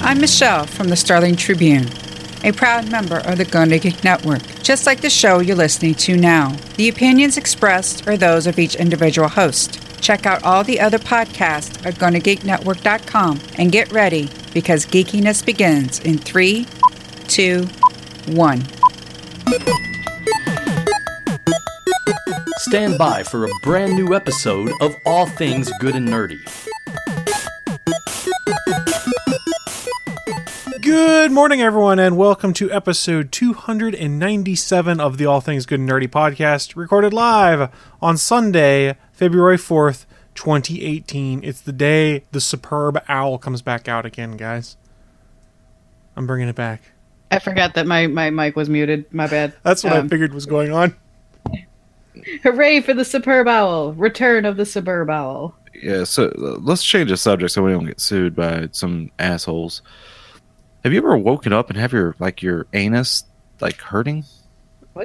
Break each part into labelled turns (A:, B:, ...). A: I'm Michelle from the Starling Tribune, a proud member of the Gonda Geek Network. Just like the show you're listening to now, the opinions expressed are those of each individual host. Check out all the other podcasts at GondaGeekNetwork.com and get ready because geekiness begins in three, two, one.
B: Stand by for a brand new episode of All Things Good and Nerdy.
C: Good morning, everyone, and welcome to episode 297 of the All Things Good and Nerdy podcast, recorded live on Sunday, February 4th, 2018. It's the day the superb owl comes back out again, guys. I'm bringing it back.
D: I forgot that my, my mic was muted. My bad.
C: That's what I
D: Um,
C: figured was going on.
D: Hooray for the superb owl! Return of the superb owl.
E: Yeah, so uh, let's change the subject so we don't get sued by some assholes. Have you ever woken up and have your like your anus like hurting?
C: Uh,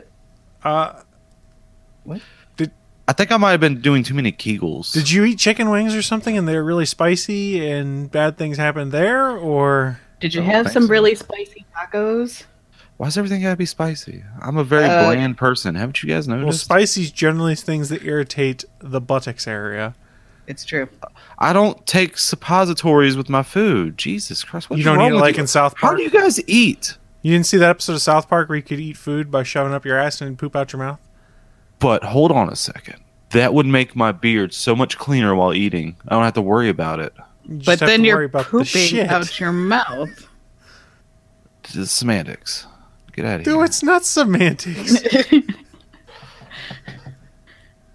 E: I think I might have been doing too many kegels.
C: did you eat chicken wings or something and they're really spicy and bad things happened there, or.
D: Did you
E: Oh,
D: have
E: thanks.
D: some really spicy tacos?
E: Why's everything gotta be spicy? I'm a very
D: Uh,
E: bland person. Haven't you guys
C: Well,
E: noticed?
C: spicy's generally things that irritate the buttocks area.
D: It's true.
E: I don't take suppositories with my food. Jesus Christ! What's
C: You don't
E: wrong
C: eat it
E: with
C: like
E: you?
C: in South
E: How
C: Park.
E: do you guys eat?
C: You didn't see that episode of South Park where you could eat food by shoving up your ass and poop out your mouth?
E: But hold on a second. That would make my beard so much cleaner while eating. I don't have to worry about it.
C: You just
D: But
C: have
D: then
C: to
D: you're
C: worry about the
D: pooping
C: shit.
D: out your mouth.
E: It's semantics. Get out of here.
C: Dude, it's not semantics.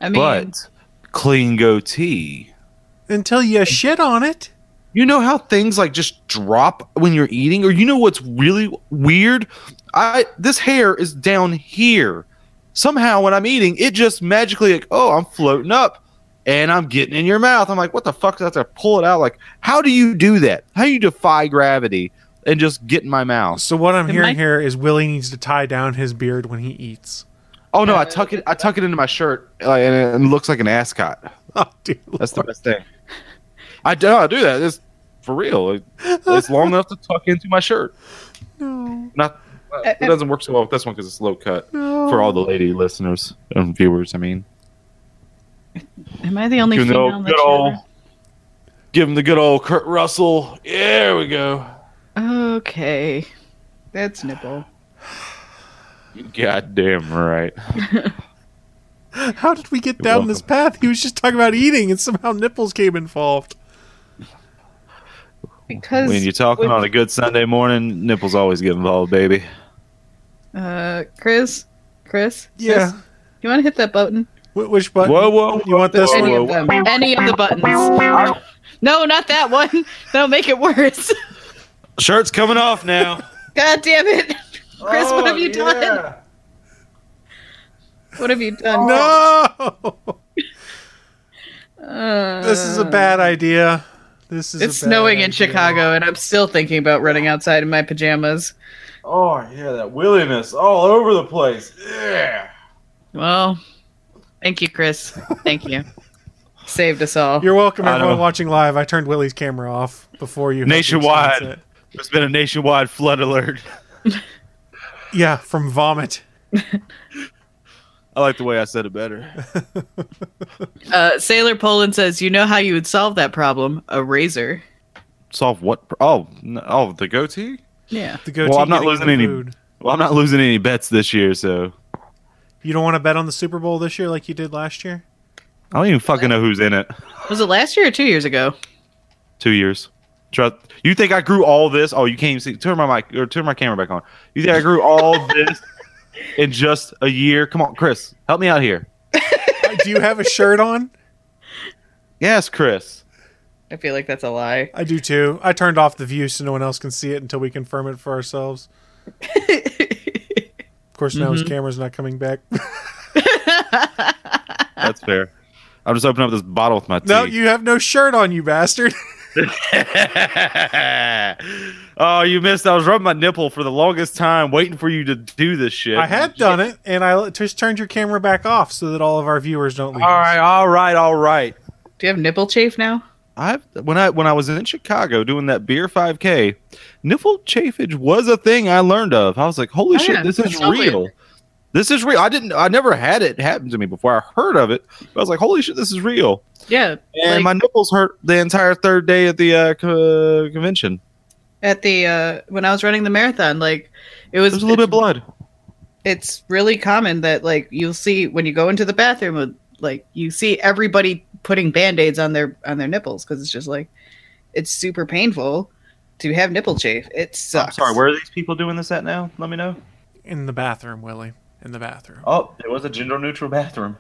D: I mean,
E: but clean goatee.
C: Until you shit on it.
E: You know how things like just drop when you're eating, or you know what's really weird? I this hair is down here. Somehow when I'm eating, it just magically like, oh, I'm floating up and I'm getting in your mouth. I'm like, what the fuck? I have to pull it out. Like, how do you do that? How do you defy gravity and just get in my mouth?
C: So what I'm
D: It
C: hearing
D: might-
C: here is Willie needs to tie down his beard when he eats.
E: Oh no, I tuck it I tuck it into my shirt like, and it and it looks like an ascot.
C: Oh, dude.
E: That's the best thing. I do I do that. It's for real. It- It's long enough to tuck into my shirt.
C: No. Uh,
E: Not it doesn't work so well with this one because it's low cut
C: No.
E: for all the lady listeners and viewers. I mean,
D: am I the only
E: give them the
D: female?
E: old-
D: that
E: good
D: you
E: old, give them the good old Kurt Russell. There we go.
D: ever- Okay, that's nipple.
E: God damn right.
C: How did we get
E: You're
C: down
E: welcome.
C: this path? He was just talking about eating and somehow nipples came involved.
D: Because
E: When you're talking
D: when-
E: on a good Sunday morning, nipples always get involved, baby.
D: uh, Chris, Chris,
C: Yeah.
D: Chris, you want to hit that button?
C: Wh- which button?
E: Whoa, whoa,
C: You want this
E: whoa,
D: Any
C: one?
D: of them? Any of the buttons? No, not that one. That'll make it worse.
E: Shirt's coming off now.
D: God damn it, Chris!
E: Oh,
D: what have you
C: Oh,
D: done? What have you done?
C: No.
D: Uh,
C: This is a bad idea. This is
D: It's
C: a bad
D: snowing in
C: idea.
D: Chicago, and I'm still thinking about running outside in my pajamas.
E: Oh yeah, that williness all over the place. Yeah.
D: Well, thank you, Chris. Thank you. Saved us all.
C: You're welcome,
E: I don't
C: everyone
E: know.
C: watching live. I turned Willie's camera off before you. had to
E: Nationwide.
C: experience it.
E: There's been a nationwide flood alert.
C: Yeah, from vomit.
E: I like the way I said it better.
D: Uh, Sailor Poland says, "You know how you would solve that problem? A razor."
E: Solve what? pr- Oh, no, oh, the goatee.
D: Yeah.
C: The goatee
E: Well, I'm not
C: getting
E: losing
C: the
E: any-
C: food.
E: Well, I'm not losing any bets this year, so
C: You don't want to bet on the Super Bowl this year like you did last year.
E: I don't even fucking know who's in it.
D: Was it last year or two years ago?
E: Two years. Trust. You think I grew all this? Oh, you can't even see. Turn my mic or turn my camera back on. You think I grew all this in just a year? Come on, Chris, help me out here.
C: Uh, do you have a shirt on?
E: Yes, Chris.
D: I feel like that's a lie.
C: I do too. I turned off the view so no one else can see it until we confirm it for ourselves. Of course, now
E: Mm-hmm.
C: his camera's not coming back.
E: That's fair. I'm just opening up this bottle with my teeth.
C: no, you have no shirt on, you bastard.
E: oh, you missed. I was rubbing my nipple for the longest time, waiting for you to do this shit.
C: I had done it, and I just turned your camera back off so that all of our viewers don't leave.
E: All right, all right, all right.
D: Do you have nipple chafe now?
E: I've when I when I was in Chicago doing that beer 5K, niffle chafage was a thing I learned of. I was like, holy
D: Oh,
E: shit,
D: yeah,
E: this is
D: totally.
E: real. This is real. I didn't. I never had it happen to me before. I heard of it, but I was like, holy shit, this is real.
D: Yeah.
E: And
D: like
E: my nipples hurt the entire third day at the uh, co- convention.
D: at the uh when I was running the marathon, like it was
E: There's a little bit of blood.
D: it's really common that like you'll see when you go into the bathroom uh, like you see everybody putting band-aids on their on their nipples because it's just like it's super painful to have nipple chafe it
E: I'm
D: sucks
E: sorry. Where are these people doing this at now? Let me know.
C: In the bathroom, Willie. In the bathroom.
E: Oh, it was a gender neutral bathroom.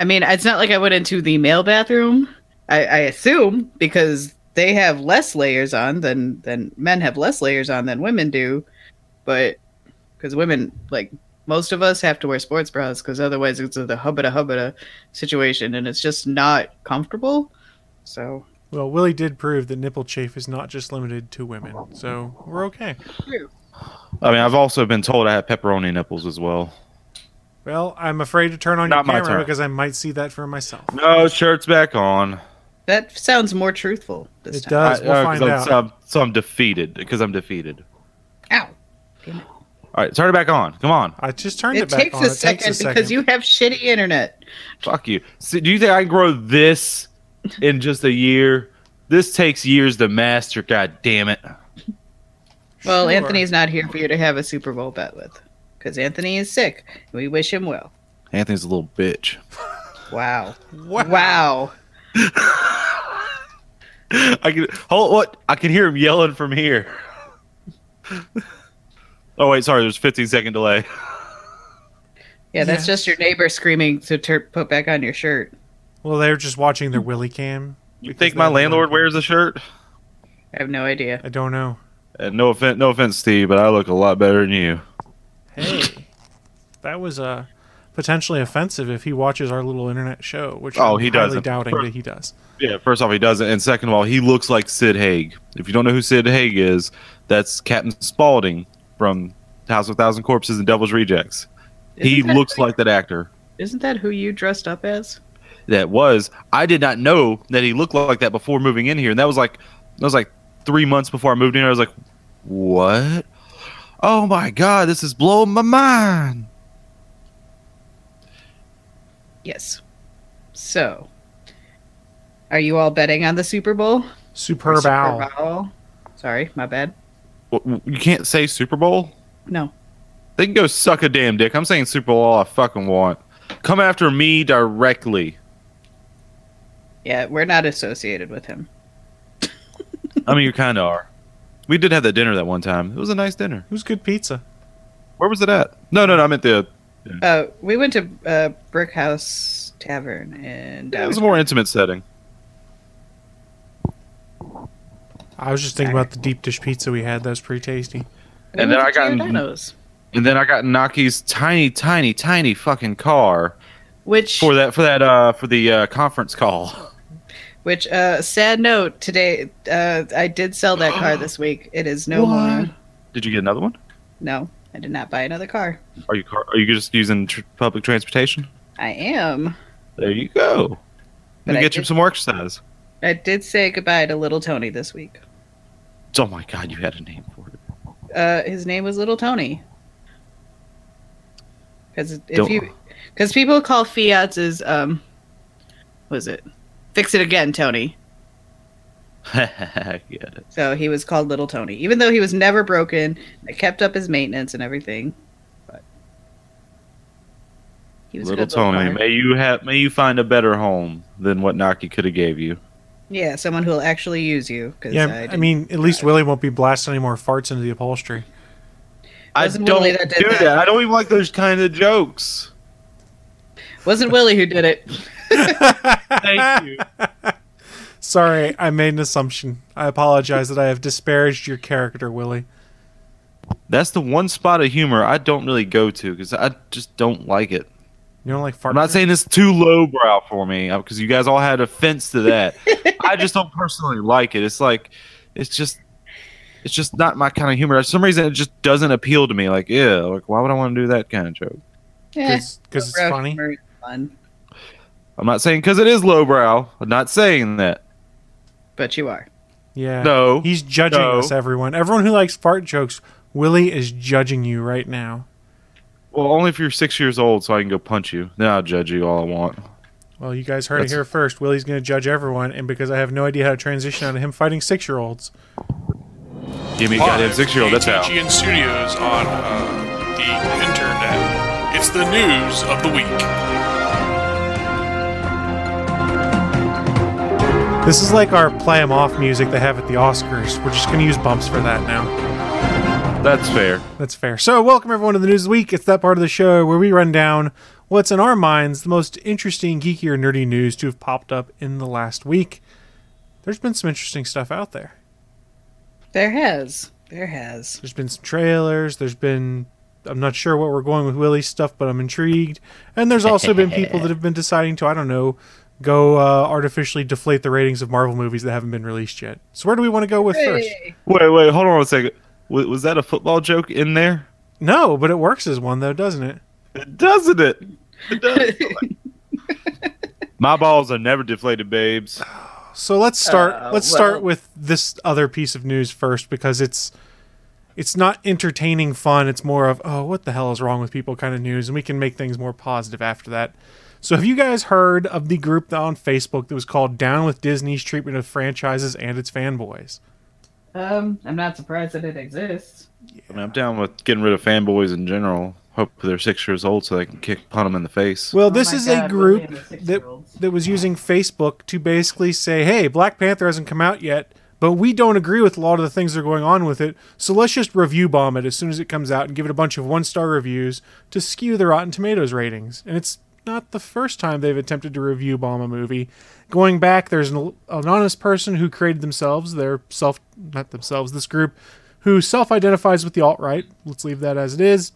D: i mean it's not like i went into the male bathroom i, I assume because they have less layers on than than men have less layers on than women do but because women like most of us have to wear sports bras because otherwise it's a the hubba hubba situation and it's just not comfortable so
C: Well, Willie did prove that nipple chafe is not just limited to women, so we're okay.
E: I mean, I've also been told I have pepperoni nipples as well.
C: Well, I'm afraid to turn on
E: Not my
C: your camera
E: turn.
C: because I might see that for myself.
E: No, shirt's back on.
D: that sounds more truthful this
C: It
D: time
C: does. We'll
E: I- uh, 'cause
C: find
E: I'm,
C: out.
E: So I'm, so I'm defeated because I'm defeated.
D: ow
E: All right, turn it back on. Come on,
C: I just turned it,
D: it,
C: back
D: takes,
C: on.
D: a
C: it takes a
D: second
C: second
D: because you have shitty internet
E: fuck you. See, do you think I can grow this in just a year? This takes years to master. God damn it!
D: well
C: Sure.
D: anthony's not here for you to have a super bowl bet with because anthony is sick and we wish him well
E: Anthony's a little bitch.
D: wow
C: Wow.
D: wow
E: I can hold what I can hear him yelling from here. oh wait, sorry. There's 15 second delay.
D: yeah
C: Yes.
D: that's just your neighbor screaming to tur put back on your shirt
C: Well, they're just watching their Willie cam.
E: You
C: because
E: think
C: they
E: my
C: have
E: landlord
C: Willie
E: wears a shirt?
D: i have no idea
C: cam. I don't know.
E: And no offense, no offense, Steve, but I look a lot better than you.
C: Hey, that was uh, potentially offensive if he watches our little internet show, which
E: Oh,
C: I'm
E: he
C: highly
E: doesn't.
C: doubting that he does.
E: Yeah, first off, he doesn't, and second of all, he looks like Sid Haig. If you don't know who Sid Haig is, that's Captain Spaulding from House of Thousand Corpses and Devil's Rejects. he
D: Isn't that-
E: looks like that actor.
D: isn't that who you dressed up as
E: That was. I did not know that he looked like that before moving in here, and that was like that was like three months before I moved in. here. I was like, what? Oh my god, this is blowing my mind.
D: yes so are you all betting on the super bowl Or
C: Superb owl.
D: Super Bowl? sorry my bad
E: W- w- You can't say Super Bowl.
D: no
E: They can go suck a damn dick. I'm saying Super Bowl all I fucking want. Come after me directly.
D: yeah we're not associated with him
E: I mean, you kind of are. We did have that dinner that one time. It was a nice dinner.
C: It was good pizza.
E: Where was it at? No, no, no. I meant the.
D: Uh, we went to uh, Brick House Tavern and uh,
E: It was a more intimate setting.
C: I was just thinking about the deep dish pizza we had. That was pretty tasty.
E: and then I got-
D: Giordano's,
E: And then I got Naki's tiny, tiny, tiny fucking car
D: which
E: for that for that uh for the uh, conference call.
D: which uh, sad note today uh, I did sell that car this week. It is no
E: What?
D: more.
E: Did you get another one?
D: No, I did not buy another car.
E: Are you car- are you just using tr- public transportation?
D: I am.
E: There you go.
D: But
E: And
D: I
E: get you
D: did-
E: some more exercise.
D: I did say goodbye to Little Tony this week.
E: Oh my god, you had a name for it.
D: Uh, his name was Little Tony. Because if
E: Don't-
D: you, because people call Fiat's is um, was it? Fix it again, Tony.
E: I get it.
D: So he was called Little Tony, even though he was never broken. They kept up his maintenance and everything. But he a
E: Little
D: good little
E: Tony,
D: car.
E: may you have may you find a better home than what Naki could have gave you.
D: yeah, someone who'll actually use you. Cause
C: yeah,
D: I,
C: I,
D: didn't-
C: mean, at least Willie won't be blasting any more farts into the upholstry.
E: I
D: Wasn't
E: don't
D: Willie that did
E: do
D: that?
E: that. I don't even like those kind of jokes.
D: wasn't Willie who did it.
E: Thank you.
C: Sorry, I made an assumption. I apologize that I have disparaged your character, Willie.
E: That's the one spot of humor I don't really go to because I just don't like it.
C: You don't like farts?
E: I'm not saying it's too lowbrow for me because you guys all had offense to that. I just don't personally like it. It's like, it's just, it's just not my kind of humor. For some reason, it just doesn't appeal to me. Like, yeah, like why would I want to do that kind of joke?
D: Eh,
C: because it's
D: rough
C: funny.
D: humor is fun.
E: I'm not saying because it is lowbrow. I'm not saying that.
D: but you are.
C: Yeah.
E: No.
C: He's judging
E: No.
C: us, everyone. Everyone who likes fart jokes, Willie is judging you right now.
E: Well, only if you're six years old, so I can go punch you. Then I'll judge you all I want.
C: Well, you guys heard
E: That's-
C: it here first. Willie's going to judge everyone, and because I have no idea how to transition out of him fighting six year olds.
E: Give me a goddamn six year old. That's how.
F: ATGN Studios on uh, the internet. It's the news of the week.
C: This is like our play 'em off music they have at the Oscars. We're just going to use bumps for that now.
E: That's fair.
C: That's fair. So, welcome everyone to the News of the Week. It's that part of the show where we run down what's in our minds the most interesting, geeky, or nerdy news to have popped up in the last week. There's been some interesting stuff out there.
D: There has. There has.
C: There's been some trailers. There's been I'm not sure what we're going with Willie's stuff, but I'm intrigued. And there's also been people that have been deciding to I don't know go uh, artificially deflate the ratings of Marvel movies that haven't been released yet. So where do we want to go with first?
D: Hey.
E: Wait, wait, hold on a second. W- was that a football joke in there?
C: No, but it works as one though, doesn't it?
E: Doesn't it? It does. My balls are never deflated, babes.
C: So let's start.
D: Uh,
C: let's start
D: well-
C: with this other piece of news first because it's it's not entertaining fun. It's more of oh, what the hell is wrong with people kind of news, and we can make things more positive after that. So have you guys heard of the group that on Facebook that was called "Down with Disney's Treatment of Franchises and Its Fanboys"?
D: Um, I'm not surprised that it exists.
E: I mean, I'm down with getting rid of fanboys in general. Hope they're six years old so they can kick punt them in the face.
C: Well, this
D: Oh my
C: is a
D: God,
C: group
D: really, the
C: that,
D: six-year-olds.
C: that was using Facebook to basically say, hey, Black Panther hasn't come out yet, but we don't agree with a lot of the things that are going on with it, so let's just review bomb it as soon as it comes out and give it a bunch of one star reviews to skew the Rotten Tomatoes ratings. And it's not the first time they've attempted to review bomb a movie. Going back, there's an anonymous person who created themselves, their self, not themselves, this group, who self identifies with the alt right. Let's leave that as it is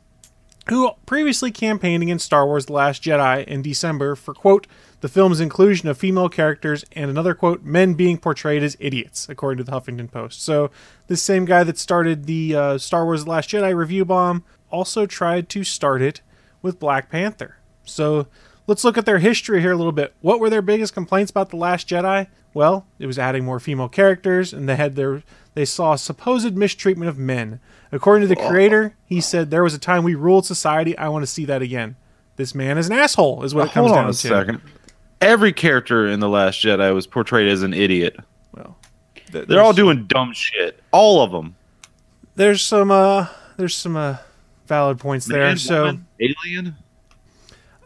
C: who previously campaigned against Star Wars The Last Jedi in December for, quote, the film's inclusion of female characters and another, quote, men being portrayed as idiots, according to the Huffington Post. So, this same guy that started the uh, Star Wars The Last Jedi review bomb also tried to start it with Black Panther. So, let's look at their history here a little bit. What were their biggest complaints about The Last Jedi? Well, it was adding more female characters, and they had their they saw supposed mistreatment of men. According to
E: Oh.
C: the creator, he said there was a time we ruled society. I want to see that again. This man is an asshole, is what it comes
E: hold
C: down
E: on a
C: to.
E: second. Every character in The Last Jedi was portrayed as an idiot.
C: Well,
E: They're all doing dumb shit. All of them.
C: There's some uh, there's some uh, valid points there. so.
E: alien.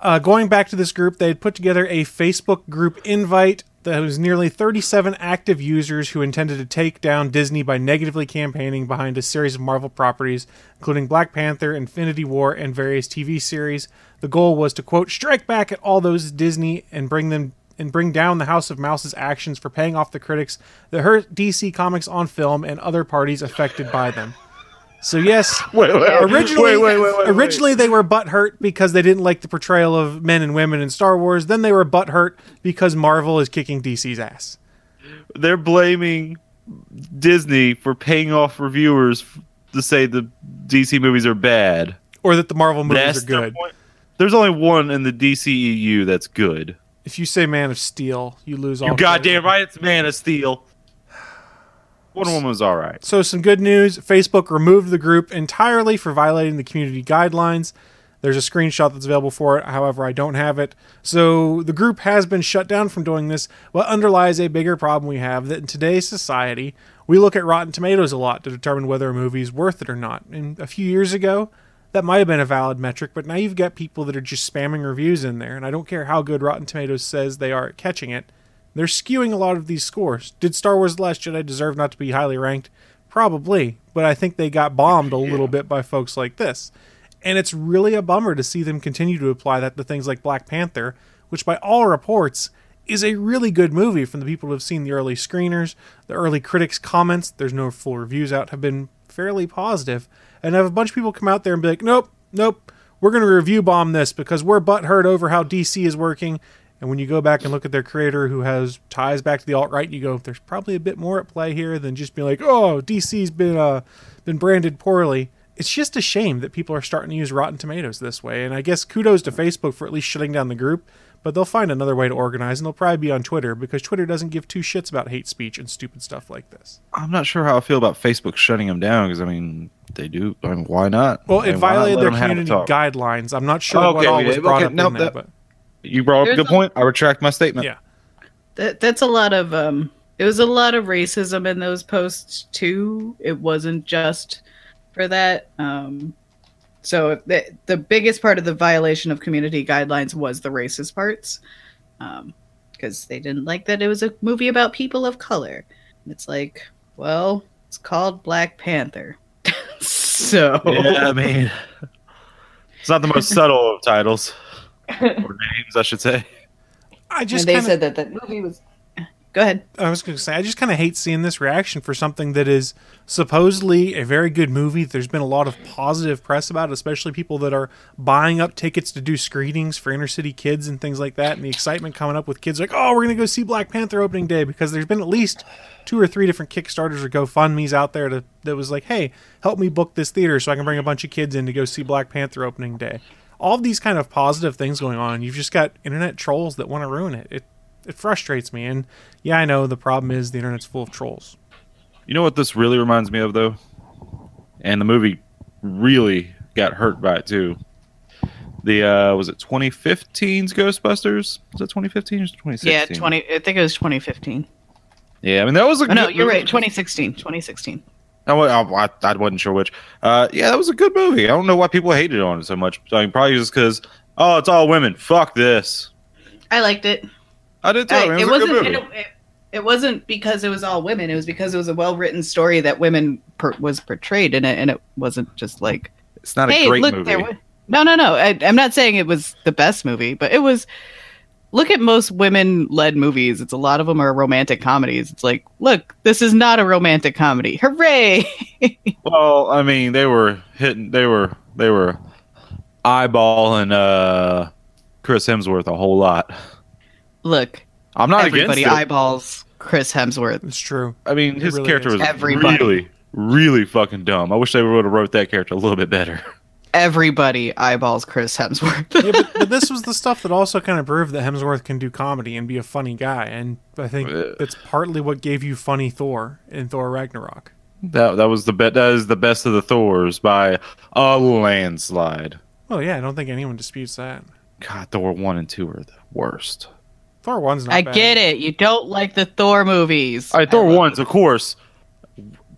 C: uh, going back to this group, they had put together a Facebook group invite that was nearly 37 active users who intended to take down Disney by negatively campaigning behind a series of Marvel properties, including Black Panther, Infinity War, and various TV series. The goal was to quote strike back at all those Disney and bring them and bring down the House of Mouse's actions for paying off the critics that hurt DC Comics on film and other parties affected by them. So yes,
E: Wait, wait,
C: originally,
E: wait, wait, wait, wait,
C: originally they were butthurt because they didn't like the portrayal of men and women in Star Wars. Then they were butthurt because Marvel is kicking DC's ass.
E: they're blaming Disney for paying off reviewers f- to say the DC movies are bad.
C: Or that the Marvel movies
E: That's
C: are
E: their
C: good.
E: point. There's only one in the DCEU that's good.
C: If you say Man of Steel, you lose all
E: You
C: credit.
E: goddamn right, it's Man of Steel. Wonder Woman was all right.
C: So some good news, Facebook removed the group entirely for violating the community guidelines. There's a screenshot that's available for it. However, I don't have it. So the group has been shut down from doing this. What underlies a bigger problem we have that in today's society, we look at Rotten Tomatoes a lot to determine whether a movie is worth it or not. And a few years ago, that might have been a valid metric, but now you've got people that are just spamming reviews in there, and I don't care how good Rotten Tomatoes says they are at catching it. They're skewing a lot of these scores. Did Star Wars The Last Jedi deserve not to be highly ranked? Probably, but I think they got bombed a little bit by folks like this. And it's really a bummer to see them continue to apply that to things like Black Panther, which by all reports is a really good movie from the people who have seen the early screeners. The early critics' comments, there's no full reviews out, have been fairly positive. And I have a bunch of people come out there and be like, nope, nope, we're going to review bomb this because we're butthurt over how DC is working. And when you go back and look at their creator who has ties back to the alt right, you go, there's probably a bit more at play here than just being like, oh, DC's been uh, been branded poorly. It's just a shame that people are starting to use Rotten Tomatoes this way. And I guess kudos to Facebook for at least shutting down the group. but they'll find another way to organize and they'll probably be on Twitter because Twitter doesn't give two shits about hate speech and stupid stuff like this.
E: I'm not sure how I feel about Facebook shutting them down because I mean they do. I mean, why not?
C: Well,
E: I mean,
C: it
E: why not
C: violated
E: let
C: their
E: them have a
C: community
E: talk?
C: guidelines. I'm not sure what
E: Okay,
C: all
E: we
C: was
E: did.
C: brought
E: Okay,
C: up
E: nope,
C: in that,
E: that-
C: but
E: You brought up a
D: There's
E: good
D: a-
E: point. I retract my statement.
C: yeah,
D: That that's a lot of um it was a lot of racism in those posts too. It wasn't just for that. Um so the, the biggest part of the violation of community guidelines was the racist parts. Um because they didn't like that it was a movie about people of color. And it's like, well, it's called Black Panther. so
E: Yeah, I mean, it's not the most subtle of titles or names, I should say.
C: I
D: and
C: just
D: they
C: kinda,
D: said that that movie was Go ahead.
C: I was going to say I just kind of hate seeing this reaction for something that is supposedly a very good movie. There's been a lot of positive press about it, especially people that are buying up tickets to do screenings for inner city kids and things like that, and the excitement coming up with kids like, oh, we're going to go see Black Panther opening day because there's been at least two or three different Kickstarters or GoFundmes out there to, that was like, hey, help me book this theater so I can bring a bunch of kids in to go see Black Panther opening day. All of these kind of positive things going on. You've just got internet trolls that want to ruin it. It it frustrates me. And yeah, I know the problem is the internet's full of trolls.
E: You know what this really reminds me of, though? And the movie really got hurt by it, too. The, uh, was it 2015's Ghostbusters? Was it 2015 or 2016?
D: Yeah, 20 I think it was 2015.
E: Yeah, I mean, that was a
D: Oh,
E: good
D: no, you're
E: movie.
D: right. 2016. 2016.
E: I, wa- I, I- I wasn't sure which. Uh, yeah, that was a good movie. I don't know why people hated on it so much. I mean, probably just because, oh, it's all women. Fuck this.
D: I liked it.
E: I did too.
D: I-
E: I mean,
D: it
E: was a good
D: wasn't.
E: movie.
D: It, it, it wasn't because it was all women. It was because it was a well-written story that women per, was portrayed in it, and it wasn't just like,
E: it's not a
D: "Hey,
E: great
D: look,
E: movie.
D: there." wa- No, no, no. I, I'm not saying it was the best movie, but it was. Look at most women-led movies. It's a lot of them are romantic comedies. It's like, look, this is not a romantic comedy. Hooray!
E: Well, I mean, they were hitting. They were they were eyeballing uh, Chris Hemsworth a whole lot.
D: Look,
E: I'm not
D: everybody
E: against it.
D: eyeballs Chris Hemsworth.
C: It's true.
E: I mean, his
C: really
E: character
C: is.
E: was
D: Everybody.
E: really, really fucking dumb. I wish they would have wrote that character a little bit better.
D: Everybody eyeballs Chris Hemsworth.
C: Yeah, but, but this was the stuff that also kind of proved that Hemsworth can do comedy and be a funny guy, and I think
E: Yeah.
C: that's partly what gave you funny Thor in Thor Ragnarok.
E: That that was the be- that is the best of the Thors by a landslide.
C: Well, yeah, I don't think anyone disputes that.
E: God, Thor one and two are the worst.
C: Thor one's not.
D: I
C: bad.
D: get it. You don't like the Thor movies.
E: All right, Thor one's of course.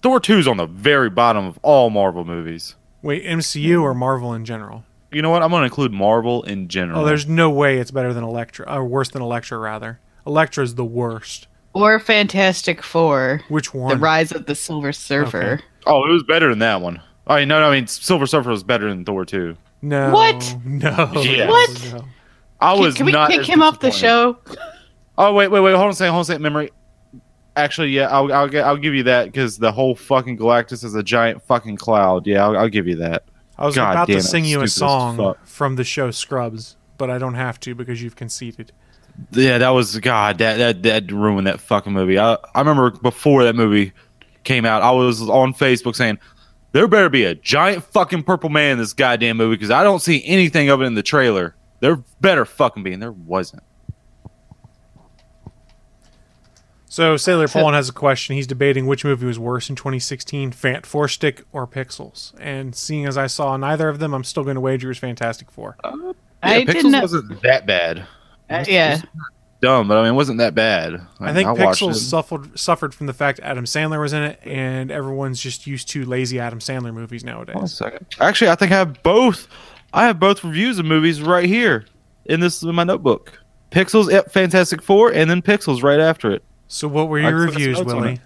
E: Thor two's on the very bottom of all Marvel movies.
C: Wait, MCU or Marvel in general?
E: You know what? I'm gonna include Marvel in general.
C: Oh, there's no way it's better than Electra, or worse than Electra rather. Electra's the worst.
D: Or Fantastic Four,
C: Which one?
D: The Rise of the Silver Surfer.
E: Oh, it was better than that one. Oh no, no, I mean Silver Surfer was better than Thor two.
C: No.
D: What?
C: No.
E: Yeah.
D: What?
C: No.
E: I
D: Can,
E: was
D: can we
E: not
D: kick
E: as
D: him off the
E: disappointed.
D: show?
E: Oh wait, wait, wait. Hold on a second. Hold on a second. Memory. Actually, yeah, I'll I'll, gi- I'll give you that because the whole fucking Galactus is a giant fucking cloud. Yeah, I'll, I'll give you that.
C: I was
E: God
C: about
E: damn
C: to
E: it,
C: sing you
E: stupid
C: a
E: as
C: song
E: fuck.
C: from the show Scrubs, but I don't have to because you've conceded.
E: Yeah, that was God. That that that ruined that fucking movie. I I remember before that movie came out, I was on Facebook saying there better be a giant fucking purple man in this goddamn movie because I don't see anything of it in the trailer. There better fucking be, and there wasn't.
C: So Sailor Pollen has a question. He's debating which movie was worse in 2016, Fant Four Stick or Pixels. And seeing as I saw neither of them, I'm still going to wager it was Fantastic Four.
E: Uh,
D: I
E: Pixels
D: didn't. know-
E: wasn't that bad.
D: uh, yeah,
E: Dumb, but I mean, it wasn't that bad.
C: I think
E: watched
C: Pixels
E: it.
C: suffered suffered from the fact Adam Sandler was in it, and everyone's just used to lazy Adam Sandler movies
E: Hold on a
C: nowadays.
E: second. Actually, I think I have both. I have both reviews of movies right here in this in my notebook. Pixels at Fantastic Four, and then Pixels right after it.
C: So what were
E: I
C: your
E: took some
C: reviews,
E: notes on
C: Willie?
E: it.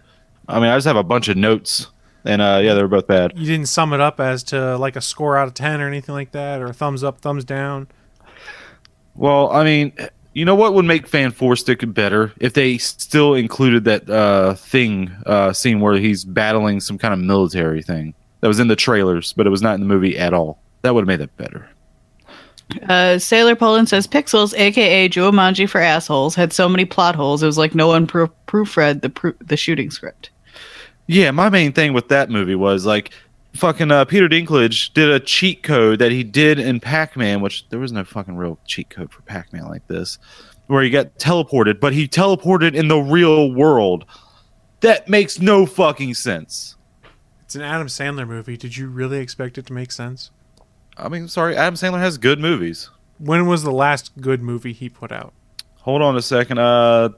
E: I mean, I just have a bunch of notes, and uh, yeah, they were both bad.
C: You didn't sum it up as to like a score out of ten or anything like that, or thumbs up, thumbs down.
E: Well, I mean, you know what would make Fan Four stick better if they still included that uh, thing uh, scene where he's battling some kind of military thing that was in the trailers, but it was not in the movie at all. That would have made it better.
D: uh, Sailor Poland says Pixels, aka Jumanji for assholes, had so many plot holes. It was like no one pro- proofread the pro- the shooting script.
E: Yeah, my main thing with that movie was like fucking uh, Peter Dinklage did a cheat code that he did in Pac Man, which there was no fucking real cheat code for Pac Man like this, where he got teleported, but he teleported in the real world. That makes no fucking sense.
C: It's an Adam Sandler movie. Did you really expect it to make sense?
E: I mean, sorry, Adam Sandler has good movies.
C: When was the last good movie he put out?
E: Hold on a second. Uh,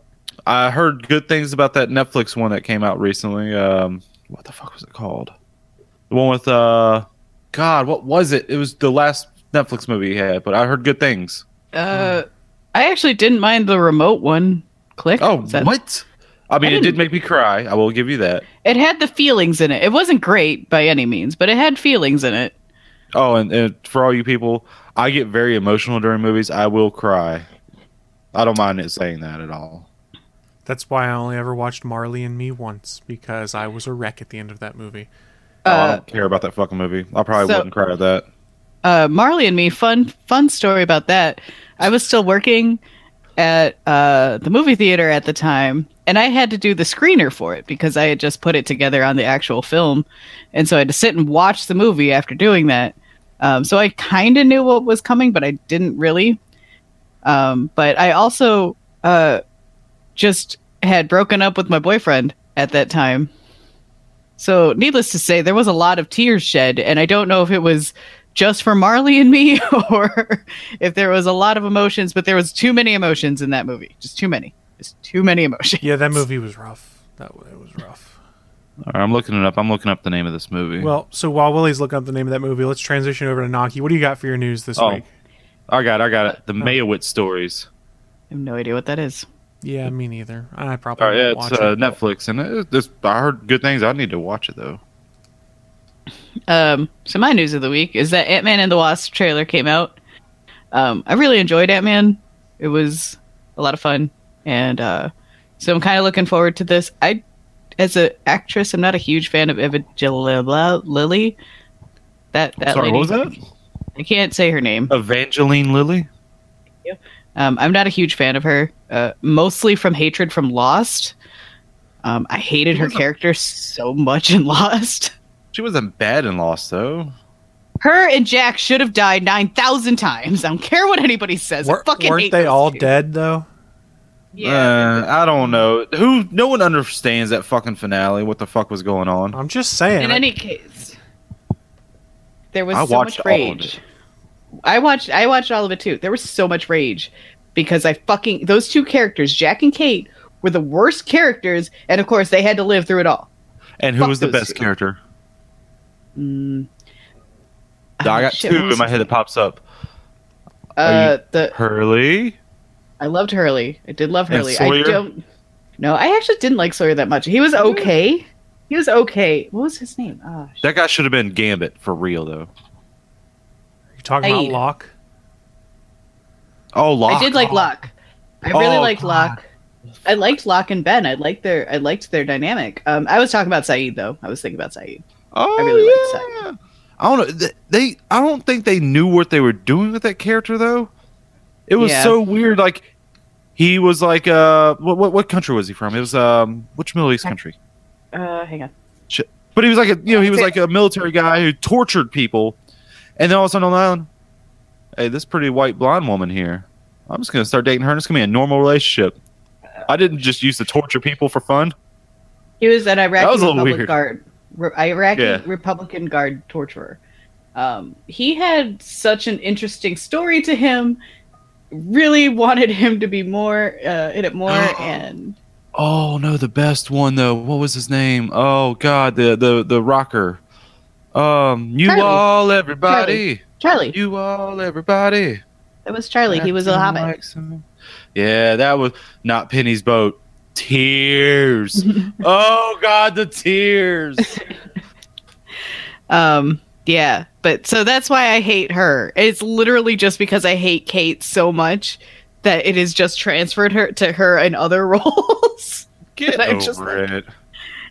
E: I heard good things about that Netflix one that came out recently. Um, what the fuck was it called? The one with uh, God, what was it? It was the last Netflix movie he had, but I heard good things.
D: Uh,
E: Hmm.
D: I actually didn't mind the remote one. Click.
E: Oh,
D: Is that-
E: what? I mean,
D: I
E: it did
D: didn't-
E: make me cry. I will give you that.
D: It had the feelings in it. It wasn't great by any means, but it had feelings in it.
E: Oh, and, and for all you people, I get very emotional during movies. I will cry. I don't mind it saying that at all.
C: That's why I only ever watched Marley and Me once because I was a wreck at the end of that movie.
E: Oh, I
D: Uh,
E: don't care about that fucking movie. I probably
D: so-
E: wouldn't cry at that.
D: uh, Marley and me. Fun, fun story about that. I was still working at uh, the movie theater at the time, and I had to do the screener for it because I had just put it together on the actual film, and so I had to sit and watch the movie after doing that. Um, so I kind of knew what was coming, but I didn't really. Um, but I also uh, just had broken up with my boyfriend at that time. So, needless to say, there was a lot of tears shed, and I don't know if it was just for Marley and me or if there was a lot of emotions, but there was too many emotions in that movie. Just too many. Just too many emotions.
C: Yeah, that movie was rough. That wa- it was rough.
E: All right, I'm looking it up. I'm looking up the name of this movie.
C: Well, so while Willie's looking up the name of that movie, let's transition over to Naki. What do you got for your news this
E: Oh.
C: week?
E: I got, it, I got it. The Mayowitz stories.
D: I have no idea what that is.
C: Yeah, me neither. I probably
E: All right, yeah,
C: won't watch
E: it's uh,
C: it.
E: Netflix, and it, it's, I heard good things. I need to watch it though.
D: Um, so, my news of the week is that Ant Man and the Wasp trailer came out. Um, I really enjoyed Ant Man, it was a lot of fun. And uh, so, I'm kind of looking forward to this. I, as an actress, I'm not a huge fan of Evangelina Lilly. That, that
E: Sorry,
D: lady.
E: what was that?
D: I can't say her name.
E: Evangeline Lilly.
D: Um, I'm not a huge fan of her, uh, mostly from hatred from Lost. Um, I hated her character so much in Lost.
E: She wasn't bad in Lost though.
D: Her and Jack should have died nine thousand times. I don't care what anybody says. I
C: Wer-
D: fucking
C: weren't
D: hate
C: they
D: those
C: all
D: two.
C: dead though?
D: Yeah.
E: Uh, I don't know. Who? No one understands that fucking finale. What the fuck was going on?
C: I'm just saying.
D: In any case, there was
E: I
D: so
E: watched
D: much
E: all of
D: rage. I watched. I watched all of it too. There was so much rage because I fucking those two characters, Jack and Kate, were the worst characters, and of course they had to live through it all.
E: And who
D: Fuck
E: was the
D: those
E: best
D: two.
E: character?
D: Oh,
E: I got
D: shit, what
E: two
D: was
E: in my
D: his
E: head that pops up. Are
D: Uh,
E: you-
D: the
E: Hurley.
D: I loved Hurley. I did love
E: And
D: Hurley. I
E: Sawyer?
D: don't. No, I actually didn't like Sawyer that much. He was okay. He was okay. What was his name? Ah, sh-
E: That guy should have been Gambit for real though.
C: You're talking about
D: Aid.
C: Locke?
E: Oh, Locke.
D: I did like Locke. I really
E: Oh,
D: liked Locke. I liked Locke and Ben. I liked their. I liked their dynamic. Um, I was talking about Saeed though. I was thinking about Saeed.
E: Oh,
D: I really liked
E: yeah. I don't know. Th- They, I don't think they knew what they were doing with that character though. It was
D: Yeah.
E: so weird. Like he was like, uh, what, what, what country was he from? It was um, which Middle East country?
D: Uh, hang on.
E: Shit. But he was like a, you know, he was like a military guy who tortured people, and then all of a sudden on the island, hey, this pretty white blonde woman here. I'm just gonna start dating her. and It's gonna be a normal relationship. I didn't just use to torture people for fun.
D: He was an Iraqi
E: That was a little
D: Republican
E: weird.
D: guard, Re- Iraqi
E: Yeah.
D: Republican guard torturer. Um, he had such an interesting story to him. Really wanted him to be more uh, in it more, and
E: Oh no, the best one though. What was his name? Oh god, the the the rocker. Um, you
D: Charlie.
E: all everybody,
D: Charlie.
E: you all everybody.
D: That was Charlie. He was a
E: Acting
D: hobbit.
E: like some- Yeah, that was not Penny's boat. Tears. oh god, the tears.
D: Um, yeah, but so that's why I hate her. It's literally just because I hate Kate so much that it is just transferred her to her in other roles.
E: Get
D: I'm
E: over
D: just
E: it.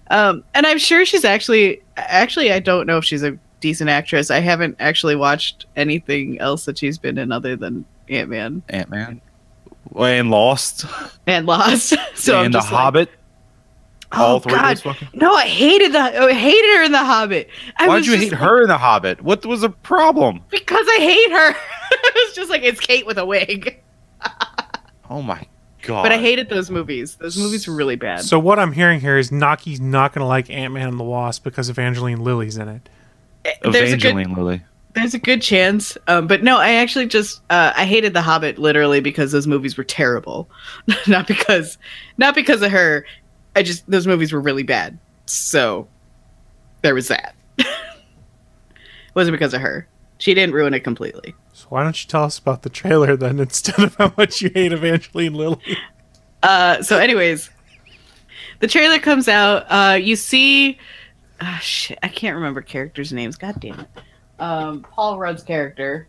D: Um, and I'm sure she's actually actually I don't know if she's a decent actress. I haven't actually watched anything else that she's been in other than Ant Man
E: Ant Man. And Lost.
D: and Lost. so I'm
E: and The
D: just like- oh
E: Hobbit. All three of those fucking-
D: No, I hated the I hated her in The Hobbit. I
E: Why'd
D: was
E: you
D: just
E: hate her in The Hobbit? What was the problem?
D: like, Because I hate her. it's just like it's Kate with a wig.
E: Oh my god!
D: But I hated those movies. Those movies were really bad.
C: So what I'm hearing here is Naki's not going to like Ant Man and the Wasp because Evangeline Lilly's in it.
D: there's a good
E: Evangeline Lilly.
D: there's a good chance. Um, but no, I actually just uh, I hated The Hobbit literally because those movies were terrible. not because not because of her. I just those movies were really bad. So there was that. wasn't because of her. She didn't ruin it completely.
C: So why don't you tell us about the trailer then instead of how much you hate Evangeline Lilly?
D: Uh, so, anyways, the trailer comes out. Uh, you see, ah, shit, I can't remember characters' names. God damn it. Um, Paul Rudd's character.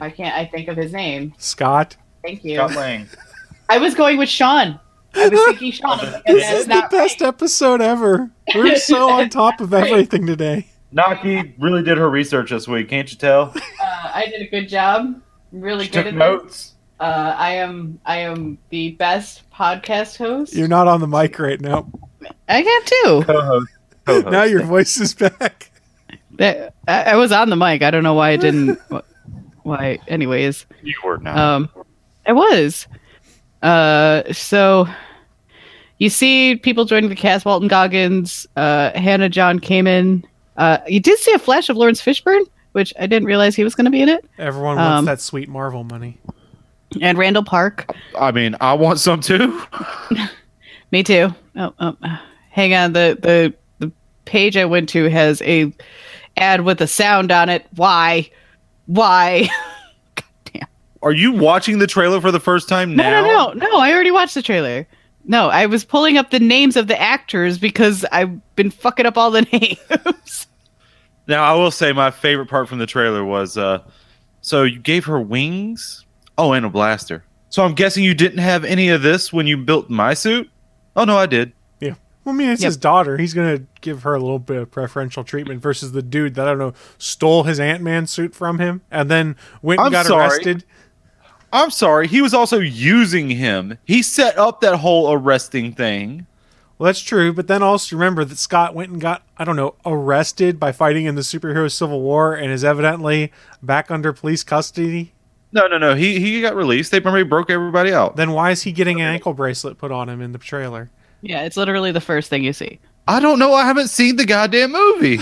D: I can't. I think of his name.
C: Scott.
D: Thank you. I was going with Sean. I was thinking Sean. and
C: This
D: that's
C: is the
D: not
C: best episode ever. We're so on top of everything today.
G: Naki really did her research this week, can't you tell?
D: Uh, I did a good job. I'm really
G: She
D: good
G: took
D: at this.
G: notes.
D: Uh, I am. I am the best podcast host.
C: You're not on the mic right now.
D: I got two.
E: Co-host. Co-host.
C: Now your voice is back.
D: That- I, I was on the mic. I don't know why I didn't. wh- Why? Anyways.
E: you were not.
D: Um, I was. Uh, so you see people joining the cast: Walton Goggins, uh, Hannah John Kamen. Uh, you did see a flash of Lawrence Fishburne, which I didn't realize he was going to be in it,
C: Everyone wants
D: Um,
C: that sweet Marvel money.
D: and Randall Park.
E: I mean, I want some too.
D: Me too. Oh, oh, uh, hang on. The the the page I went to has a ad with a sound on it. Why? Why?
E: Are you watching the trailer for the first time
D: No,
E: now?
D: no, no, no. I already watched the trailer. No, I was pulling up the names of the actors because I've been fucking up all the names.
E: Now, I will say my favorite part from the trailer was uh, so you gave her wings? Oh, and a blaster. So I'm guessing you didn't have any of this when you built my suit? Oh, no, I did.
C: Yeah. Well, I mean, it's his daughter. He's going to give her a little bit of preferential treatment versus the dude that, I don't know, stole his Ant Man suit from him and then went and
E: I'm
C: got
E: sorry.
C: arrested.
E: I'm sorry. He was also using him. He set up that whole arresting thing.
C: Well, that's true. But then also remember that Scott went and got, I don't know, arrested by fighting in the superhero civil war and is evidently back under police custody.
E: No, no, no. He he got released. They remember he broke everybody out.
C: Then why is he getting an ankle bracelet put on him in the trailer?
D: yeah, it's literally the first thing you see.
E: I don't know. I haven't seen the goddamn movie.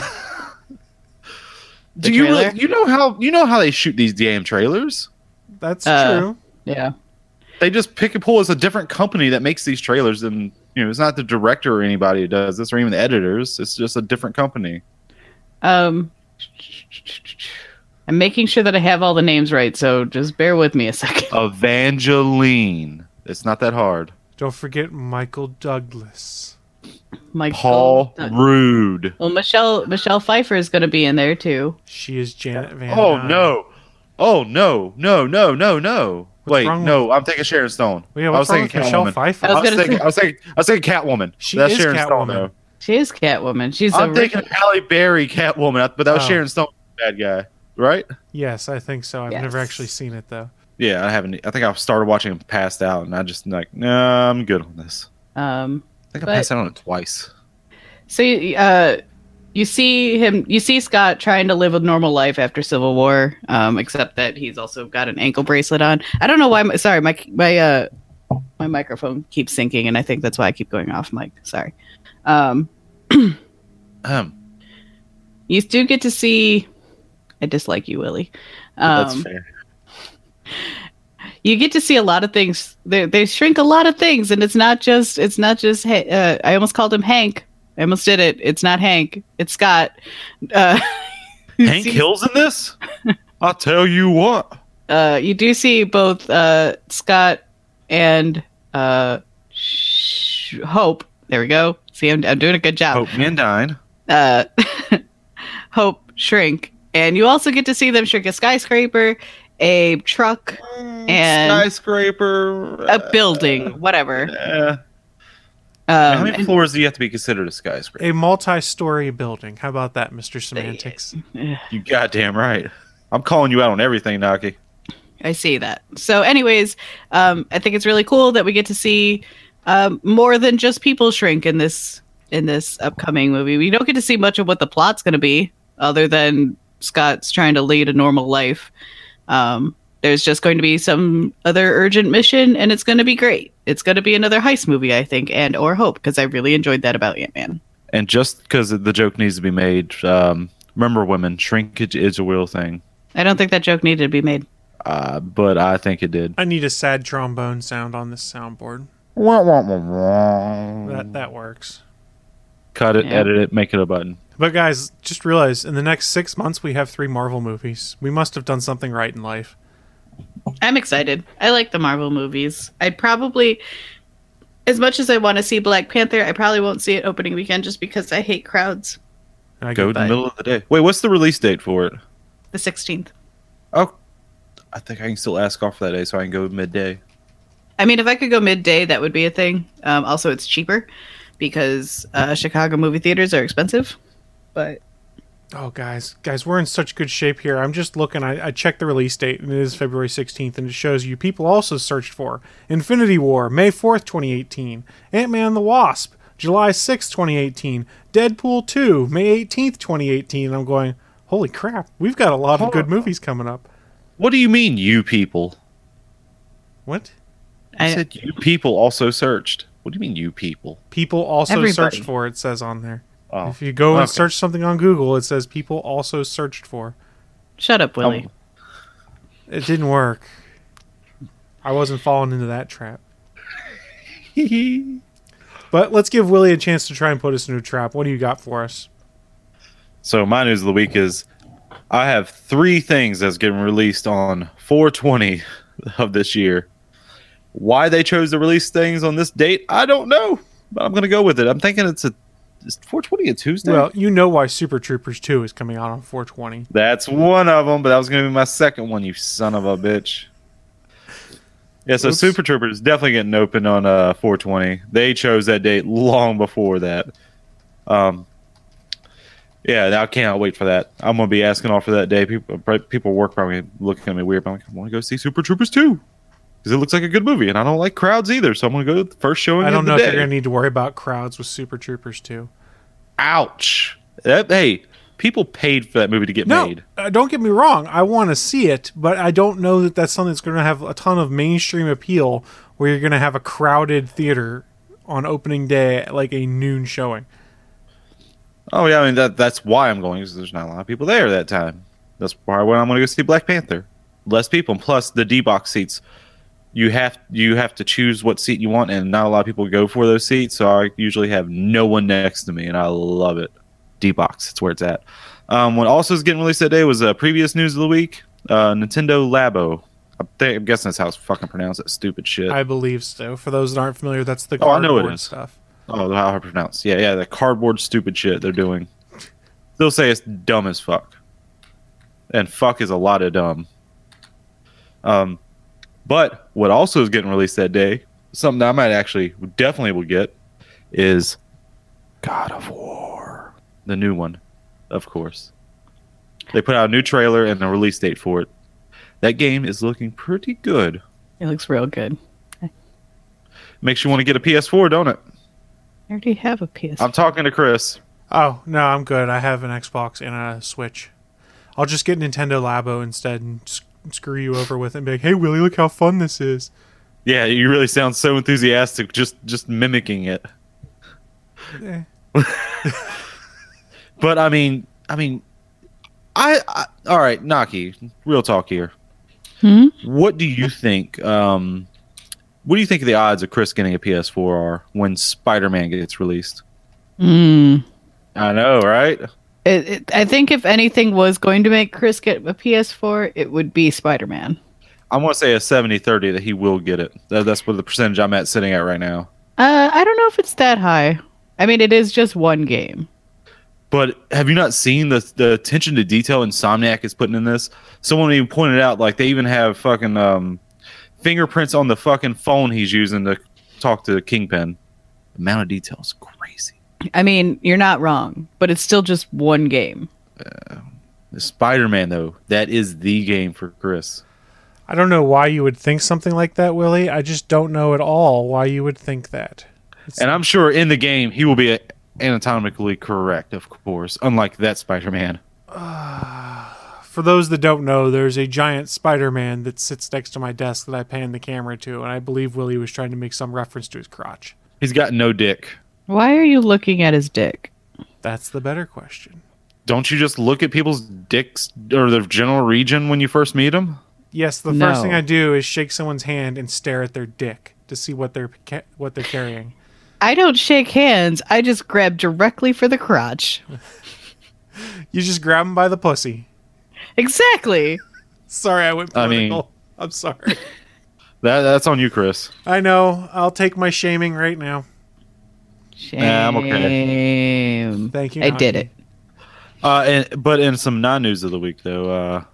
E: Do you
D: trailer?
E: really, you know how you know how they shoot these damn trailers?
C: That's
D: Uh,
C: true.
D: Yeah.
E: they just pick and pull as a different company that makes these trailers and you know it's not the director or anybody who does this or even the editors it's just a different company
D: Um, I'm making sure that I have all the names right, so just bear with me a second.
E: evangeline it's not that hard
C: Don't forget Michael Douglas.
D: Michael. Oh,
E: paul rude
D: Well, Michelle Michelle Pfeiffer is going to be in there too.
C: She is Janet Van.
E: oh
C: Dyne.
E: no oh no no no no no wait
C: wrong
E: no i'm thinking sharon stone
C: Yeah,
E: i was
C: what's wrong with
E: thinking
C: Michelle
E: catwoman
C: Pfeiffer?
D: I
E: I
D: was
E: was,
D: gonna
E: thinking,
D: say-
E: I was thinking. I was thinking Catwoman.
C: She
E: That's
C: is
E: Sharon Stone,
C: Catwoman.
E: though.
D: She is Catwoman. She's
E: I'm
D: a
E: thinking Halle Berry Catwoman, but that was
C: Oh.
E: Sharon Stone, bad guy, right?
C: Yes, I think so. I've never
D: Yes.
C: actually seen it though.
E: Yeah, I haven't. e, I think I started watching and passed out, and I just like, nah, I'm good on this.
D: um.
E: I think
D: But-
E: I passed out on it twice.
D: So you, uh, you see him, you see Scott trying to live a normal life after Civil War, um, except that he's also got an ankle bracelet on. I don't know why. My, sorry, my my uh, my microphone keeps syncing, and I think that's why I keep going off mic. Sorry. Um,
E: Um,
D: you do get to see. I dislike you, Willie. Um,
E: that's fair.
D: you get to see a lot of things. They, they shrink a lot of things, and it's not just it's not just. Ha- Uh, I almost called him Hank. I almost did it. It's not Hank. It's Scott. Uh,
E: Hank
D: see-
E: Hill's in this? I'll tell you what.
D: uh, you do see both uh, Scott and uh, Sh- Hope. There we go. See, I'm, I'm doing a good job.
E: Hope Mandine.
D: Uh, Hope shrink, and you also get to see them shrink a skyscraper, a truck, and
E: skyscraper.
D: a building, whatever.
E: Uh, how
D: Um,
E: many
D: and-
E: floors do you have to be considered a skyscraper?
C: A multi-story building. How about that, Mister Semantics?
E: You goddamn right. I'm calling you out on everything, Naki.
D: I see that. So, anyways, um, I think it's really cool that we get to see um, more than just people shrink in this in this upcoming movie. We don't get to see much of what the plot's going to be, other than Scott's trying to lead a normal life. Um, there's just going to be some other urgent mission, and it's going to be great. It's going to be another heist movie, I think, and or hope because I really enjoyed that about Ant Man.
E: And just because the joke needs to be made, um, remember, women, shrinkage is a real thing.
D: I don't think that joke needed to be made.
E: Uh, but I think it did.
C: I need a sad trombone sound on this soundboard. That that works.
E: Cut it,
D: Yeah.
E: edit it, make it a button.
C: But guys, just realize in the next six months we have three Marvel movies. We must have done something right in life.
D: I'm excited. I like the Marvel movies. I probably, as much as I want to see Black Panther, I probably won't see it opening weekend just because I hate crowds.
C: And I
E: Go
C: get
E: in the
C: that.
E: middle of the day. Wait, what's the release date for it?
D: The 16th.
E: Oh, I think I can still ask off that day so I can go midday.
D: I mean, if I could go midday, that would be a thing. Um, also, it's cheaper because uh, Chicago movie theaters are expensive. But
C: Oh, guys, guys, we're in such good shape here. I'm just looking. I, I checked the release date, and it is February 16th, and it shows you people also searched for Infinity War, May 4th, 2018, Ant Man and the Wasp, July 6th, 2018, Deadpool 2, May 18th, 2018. I'm going, holy crap, we've got a lot of good movies coming up.
E: What do you mean, you people?
C: What?
E: I
D: I,
E: said you people also searched. What do you mean, you people?
C: People also
D: Everybody.
C: searched for, it says on there.
E: Oh,
C: If you go and
E: okay.
C: search something on Google, it says people also searched for.
D: shut up,
E: Oh.
D: Willie.
C: It didn't work. I wasn't falling into that trap. But let's give Willie a chance to try and put us in a trap. What do you got for us?
E: So my news of the week is I have three things that's getting released on 420 of this year. Why they chose to release things on this date, I don't know, but I'm gonna go with it. I'm thinking it's a is 420 a Tuesday.
C: Well, you know why Super Troopers 2 is coming out on 420.
E: that's one of them, but that was gonna be my second one. You son of a bitch. Yeah, so
C: Oops.
E: Super Troopers definitely getting open on uh 420. They chose that date long before that. Um, yeah, I cannot wait for that. I'm gonna be asking off for that day. People, probably- people at work probably looking at me weird. But I'm like, I want to go see Super Troopers 2 because it looks like a good movie, and I don't like crowds either. So I'm gonna go to the first showing.
C: I
E: of
C: don't
E: the
C: know if
E: day.
C: you're going to need to worry about crowds with Super Troopers 2.
E: Ouch! That, hey, people paid for that movie to get
C: No,
E: made.
C: uh, don't get me wrong. I want to see it, but I don't know that that's something that's going to have a ton of mainstream appeal where you're going to have a crowded theater on opening day at like a noon showing.
E: Oh yeah, I mean that that's why I'm going because there's not a lot of people there that time. That's why when I'm going to go see Black Panther, less people. And plus the D box seats, you have you have to choose what seat you want, and not a lot of people go for those seats. So I usually have no one next to me, and I love it. D box, it's where it's at. Um, what also is getting released that day was uh, previous news of the week. Uh, Nintendo Labo. I'm, th- I'm guessing that's how it's fucking pronounced. That stupid shit.
C: I believe so. For those that aren't familiar, that's the
E: Oh, I know it
C: cardboard
E: is.
C: stuff.
E: Oh, how I pronounce? Yeah, yeah, the cardboard stupid shit they're doing. They'll say it's dumb as fuck, and fuck is a lot of dumb. Um, but what also is getting released that day, something that I might actually definitely will get, is God of War, the new one, of course. They put out a new trailer and a release date for it. That game is looking pretty good.
D: It looks real good.
E: Makes you want to get a PS4, don't it?
D: I already have a PS.
E: I'm talking to Chris.
C: Oh, no, I'm good. I have an Xbox and a Switch. I'll just get Nintendo Labo instead and s- screw you over with it and be like, hey, Willie, look how fun this is.
E: Yeah, you really sound so enthusiastic just just mimicking it.
C: Eh.
E: But I mean, I mean, I, I all right, Naki, real talk here.
D: Hmm?
E: What do you think? Um, what do you think the odds of Chris getting a PS4 are when Spider-Man gets released?
D: Mm.
E: I know, right?
D: It, it, I think if anything was going to make Chris get a PS4, it would be Spider Man.
E: I'm gonna say a 70-30 that he will get it. That, that's what the percentage I'm at sitting at right now.
D: Uh, I don't know if it's that high. I mean, it is just one game.
E: But have you not seen the the attention to detail Insomniac is putting in this? Someone even pointed out like they even have fucking um, fingerprints on the fucking phone he's using to talk to Kingpin. The amount of detail is crazy.
D: I mean, you're not wrong, but it's still just one game.
E: Spider Man though, that is the game for Chris.
C: I don't know why you would think something like that, Willie. I just don't know at all why you would think that.
E: And I'm sure in the game he will be anatomically correct, of course, unlike that Spider-Man.
C: For those that don't know, there's a giant Spider Man that sits next to my desk that I pan the camera to, and I believe Willie was trying to make some reference to his crotch.
E: He's got no dick.
D: Why are you looking at his dick?
C: That's the better question.
E: Don't you just look at people's dicks or their general region when you first meet them?
C: Yes, the
D: No.
C: first thing I do is shake someone's hand and stare at their dick to see what they're ca- what they're carrying.
D: I don't shake hands. I just grab directly for the crotch.
C: You just grab them by the pussy.
D: Exactly.
C: Sorry, I went
E: I mean-
C: political. I am sorry.
E: That, that's on you, Chris.
C: I know. I'll take my shaming right now.
D: Shame.
E: I'm okay.
C: Thank you,
D: I did
C: Naki.
D: it.
E: Uh, and, but in some non-news of the week, though, uh,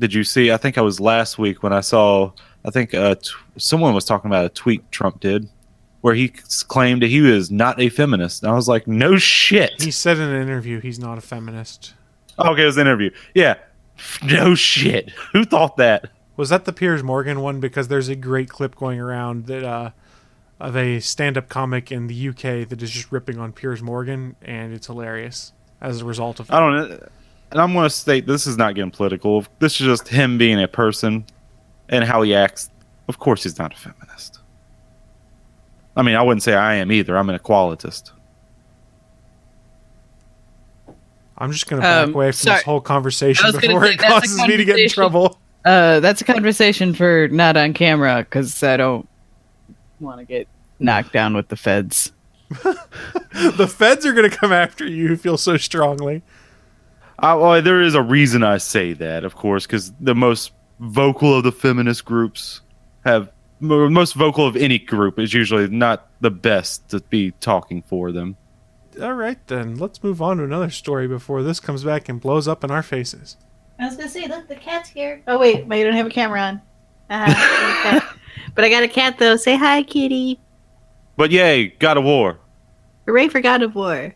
E: did you see? I think I was last week when I saw. I think uh, t- someone was talking about a tweet Trump did, where he s- claimed that he was not a feminist. And I was like, no shit.
C: He said in an interview he's not a feminist.
E: okay, it was an interview. Yeah, no shit. Who thought that?
C: Was that the Piers Morgan one? Because there's a great clip going around that uh, of a stand-up comic in the UK that is just ripping on Piers Morgan, and it's hilarious. As a result of,
D: Oh,
E: I don't know. And I'm going to state this is not getting political. This is just him being a person and how he acts. Of course, he's not a feminist. I mean, I wouldn't say I am either. I'm an equalitist.
C: I'm just going to back
D: Um,
C: away from
D: sorry.
C: this whole conversation
D: I was gonna
C: before
D: say,
C: it
D: that's a
C: causes me to get in
D: conversation.
C: trouble.
D: Uh, that's a conversation for not on camera because I don't want to get knocked down with the feds.
C: The feds are going to come after you. You feel so strongly.
E: I, well, there is a reason I say that, of course, because the most vocal of the feminist groups have mo- most vocal of any group is usually not the best to be talking for them.
C: All right, then let's move on to another story before this comes back and blows up in our faces.
H: I was gonna say, look, the cat's here. Oh wait, but you don't have a camera on. Uh-huh. but I got a cat though. Say hi, kitty.
E: But yay, God of War!
H: Hooray for God of War.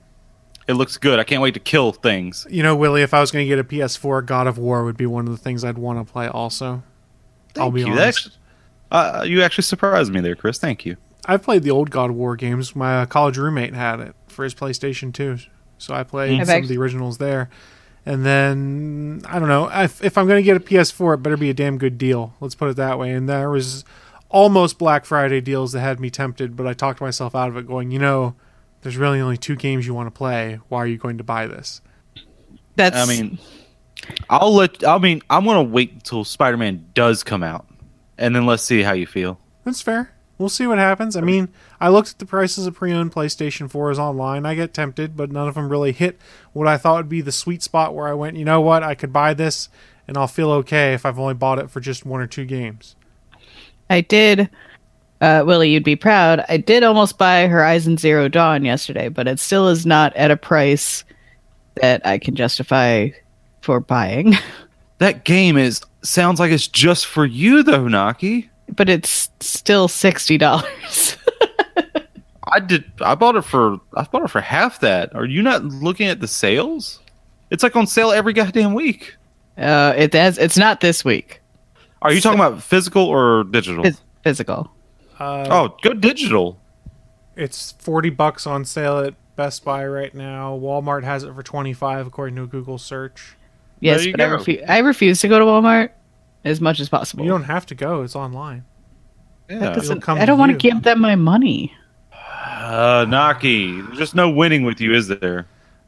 E: It looks good. I can't wait to kill things.
C: You know, Willie, if I was going to get a PS4, God of War would be one of the things I'd want to play. Also, I'll be
E: you.
C: honest.
E: That's- uh, you actually surprised me there, Chris. Thank you.
C: I've played the old God of War games. My uh, college roommate had it for his PlayStation 2. So I played
D: I've
C: some
D: act-
C: of the originals there. And then, I don't know. If, if I'm going to get a PS4, it better be a damn good deal. Let's put it that way. And there was almost Black Friday deals that had me tempted, but I talked myself out of it, going, you know, there's really only two games you want to play. Why are you going to buy this?
D: That's
E: I mean, I'll let. I mean, I'm gonna wait until Spider-Man does come out, and then let's see how you feel.
C: That's fair. We'll see what happens. I mean, I looked at the prices of pre-owned PlayStation 4s online. I get tempted, but none of them really hit what I thought would be the sweet spot where I went, you know what, I could buy this and I'll feel okay if I've only bought it for just one or two games.
D: I did. Uh, Willie, you'd be proud. I did almost buy Horizon Zero Dawn yesterday, but it still is not at a price that I can justify for buying.
E: That game is sounds like it's just for you though, Naki.
D: but it's still sixty dollars.
E: I did. I bought it for. I bought it for half that. Are you not looking at the sales? It's like on sale every goddamn week.
D: uh, it has. It's not this week.
E: Are you talking about physical or digital?
D: Phys- physical.
E: oh, go digital.
C: It's 40 bucks on sale at Best Buy right now. Walmart has it for 25 according to a Google search.
D: Yes,
E: you
D: but I,
E: go.
D: refu- I refuse to go to Walmart as much as possible.
C: You don't have to go, it's online.
E: Yeah.
C: It'll
D: Listen,
C: come
D: I
C: to
D: don't want
C: you.
D: to give them my money.
E: Uh, Naki, there's just no winning with you, is there?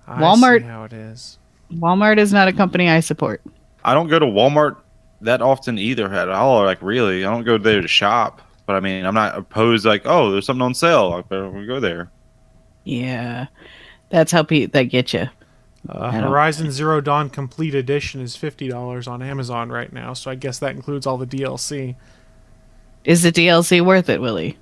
C: I see
D: Walmart-
C: how it is.
D: Walmart is not a company I support.
E: I don't go to Walmart that often either at all. Like really, I don't go there to shop. But I mean, I'm not opposed. Like, oh, there's something on sale. I better go there.
D: Yeah, that's how pe- that get you.
C: Uh,
D: don't-
C: Horizon Zero Dawn Complete Edition is $50 on Amazon right now, so I guess that includes all the DLC.
D: Is the DLC worth it, Willie?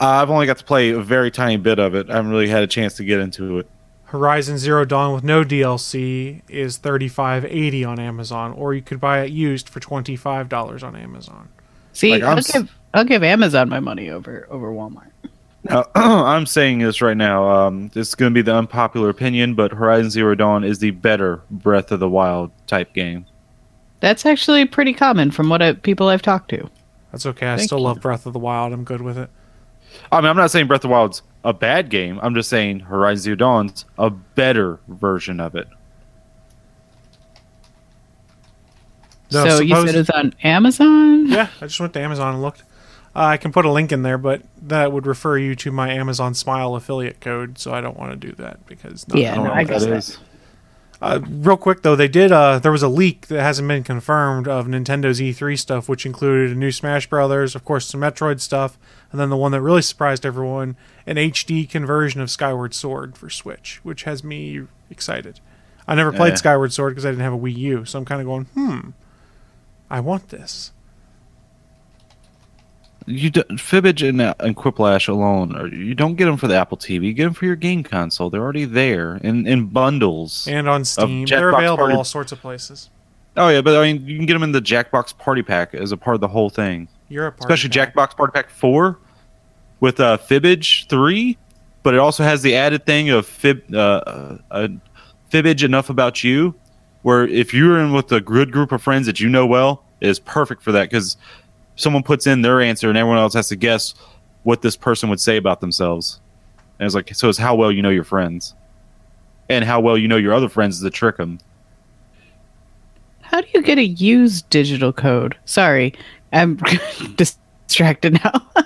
E: I've only got to play a very tiny bit of it. I haven't really had a chance to get into it.
C: Horizon Zero Dawn with no DLC is thirty-five eighty on Amazon, or you could buy it used for twenty-five dollars on Amazon.
D: See,
E: Like, I'm
D: I'll
E: s-
D: give I'll give Amazon my money over over Walmart.
E: Uh, I'm saying this right now. Um, this is going to be the unpopular opinion, but Horizon Zero Dawn is the better Breath of the Wild type game.
D: That's actually pretty common from what I, people I've talked to.
C: That's okay. I
D: Thank
C: still
D: you.
C: love Breath of the Wild. I'm good with it.
E: I mean, I'm not saying Breath of the Wild's a bad game. I'm just saying Horizon Zero Dawn's a better version of it.
C: No,
D: so you
C: suppose-
D: said it's on Amazon?
C: Yeah, I just went to Amazon and looked. Uh, I can put a link in there, but that would refer you to my Amazon Smile affiliate code, so I don't want to do that because not
D: Yeah,
E: I don't
D: no,
E: know
D: I
E: what
D: guess
E: that
D: that-
E: is.
C: Real quick though, they did. Uh, there was a leak that hasn't been confirmed of Nintendo's E3 stuff, which included a new Smash Brothers, of course, some Metroid stuff, and then the one that really surprised everyone, an HD conversion of Skyward Sword for Switch, which has me excited. I never played
E: Yeah.
C: Skyward Sword because I didn't have a Wii U, so I'm kind of going, hmm, I want this.
E: You do, Fibbage and, uh, and Quiplash alone, or you don't get them for the Apple TV. Get them for your game console. They're already there in, in bundles.
C: And on Steam, they're
E: Jackbox
C: available
E: Party-
C: all sorts of places.
E: oh yeah, but I mean, you can get them in the Jackbox Party Pack as a part of the whole thing.
C: Europe,
E: especially Jackbox Party Pack Four with uh, Fibbage Three, but it also has the added thing of Fib uh, uh, uh, Fibbage Enough About You, where if you're in with a good group of friends that you know well, it is perfect for that because someone puts in their answer and everyone else has to guess what this person would say about themselves. And it's like so it's how well you know your friends, and how well you know your other friends to trick them.
D: How do you get a used digital code? Sorry, I'm distracted now.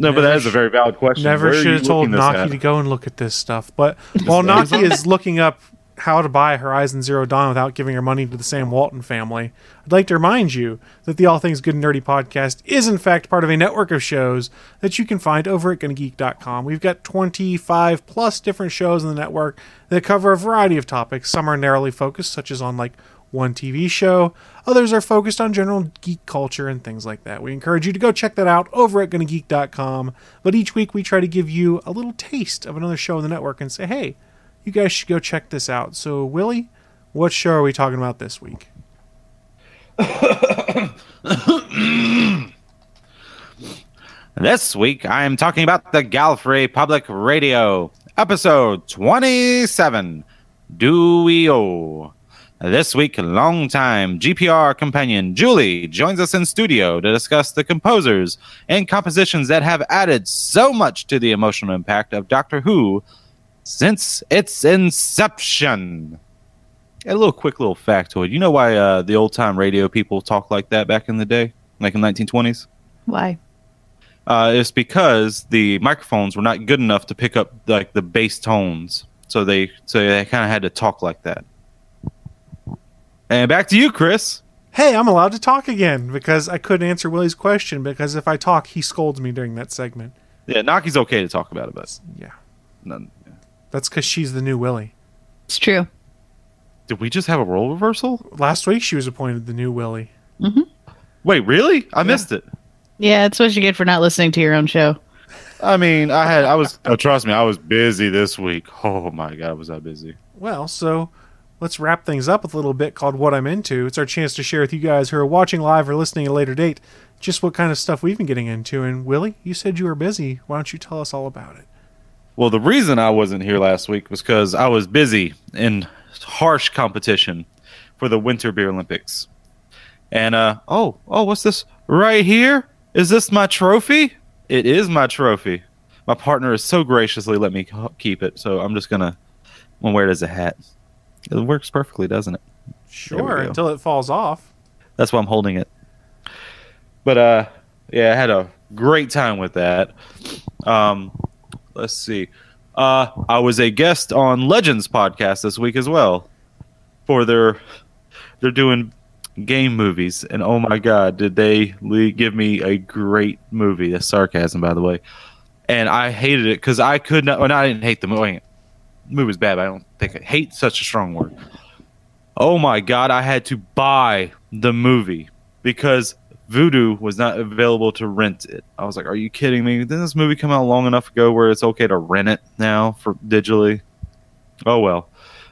E: No, but that is a very valid question.
C: Never
E: Where are
C: should
E: you
C: have told
E: looking this
C: Naki
E: at?
C: to go and look at this stuff. But while Naki is looking up how to buy Horizon Zero Dawn without giving her money to the Sam Walton family, I'd like to remind you that the All Things Good and Nerdy podcast is, in fact, part of a network of shows that you can find over at GunnaGeek.com. We've got 25 plus different shows in the network that cover a variety of topics. Some are narrowly focused, such as on like one TV show. Others are focused on general geek culture and things like that. We encourage you to go check that out over at GonnaGeek.com. But each week we try to give you a little taste of another show in the network and say, hey, you guys should go check this out. So, Willie, what show are we talking about this week?
E: This week, I am talking about the Galfrey Public Radio, episode 27, Duo. This week, longtime GPR companion Julie joins us in studio to discuss the composers and compositions that have added so much to the emotional impact of Doctor Who since its inception. A little quick little factoid. You know why uh, the old time radio people talk like that back in the day, like in 1920s?
D: Why?
E: uh, it's because the microphones were not good enough to pick up like the bass tones, so they so they kind of had to talk like that. And back to you, Chris.
C: Hey, I'm allowed to talk again because I couldn't answer Willie's question because if I talk, he scolds me during that segment.
E: Yeah, Naki's okay to talk about it, but
C: Yeah.
E: none.
C: That's because she's the new Willie.
D: It's true.
E: Did we just have a role reversal?
C: Last week she was appointed the new Willie.
E: Wait, really? I missed it.
D: Yeah, that's what you get for not listening to your own show.
E: I mean, I had I was oh, trust me, I was busy this week. Oh my god, was I busy?
C: Well, so let's wrap things up with a little bit called What I'm Into. It's our chance to share with you guys who are watching live or listening at a later date just what kind of stuff we've been getting into. And Willie, you said you were busy. Why don't you tell us all about it?
E: Well, the reason I wasn't here last week was because I was busy in harsh competition for the Winter Beer Olympics. And uh oh, oh, what's this right here? Is this my trophy? It is my trophy. My partner has so graciously let me c- keep it, so I'm just gonna, I'm gonna wear it as a hat. It works perfectly, doesn't it?
C: Sure,
E: go.
C: until it falls off.
E: That's why I'm holding it. But uh, yeah, I had a great time with that. Um, let's see. Uh, I was a guest on Legends podcast this week as well. For their, they're doing game movies, and oh my god, did they le- give me a great movie? That's sarcasm, by the way. And I hated it because I could not. Well, no, I didn't hate the movie. The movie was bad. But I don't think I hate such a strong word. Oh my god, I had to buy the movie because Voodoo was not available to rent it. I was like, are you kidding me? Didn't this movie come out long enough ago where it's okay to rent it now for digitally? Oh well.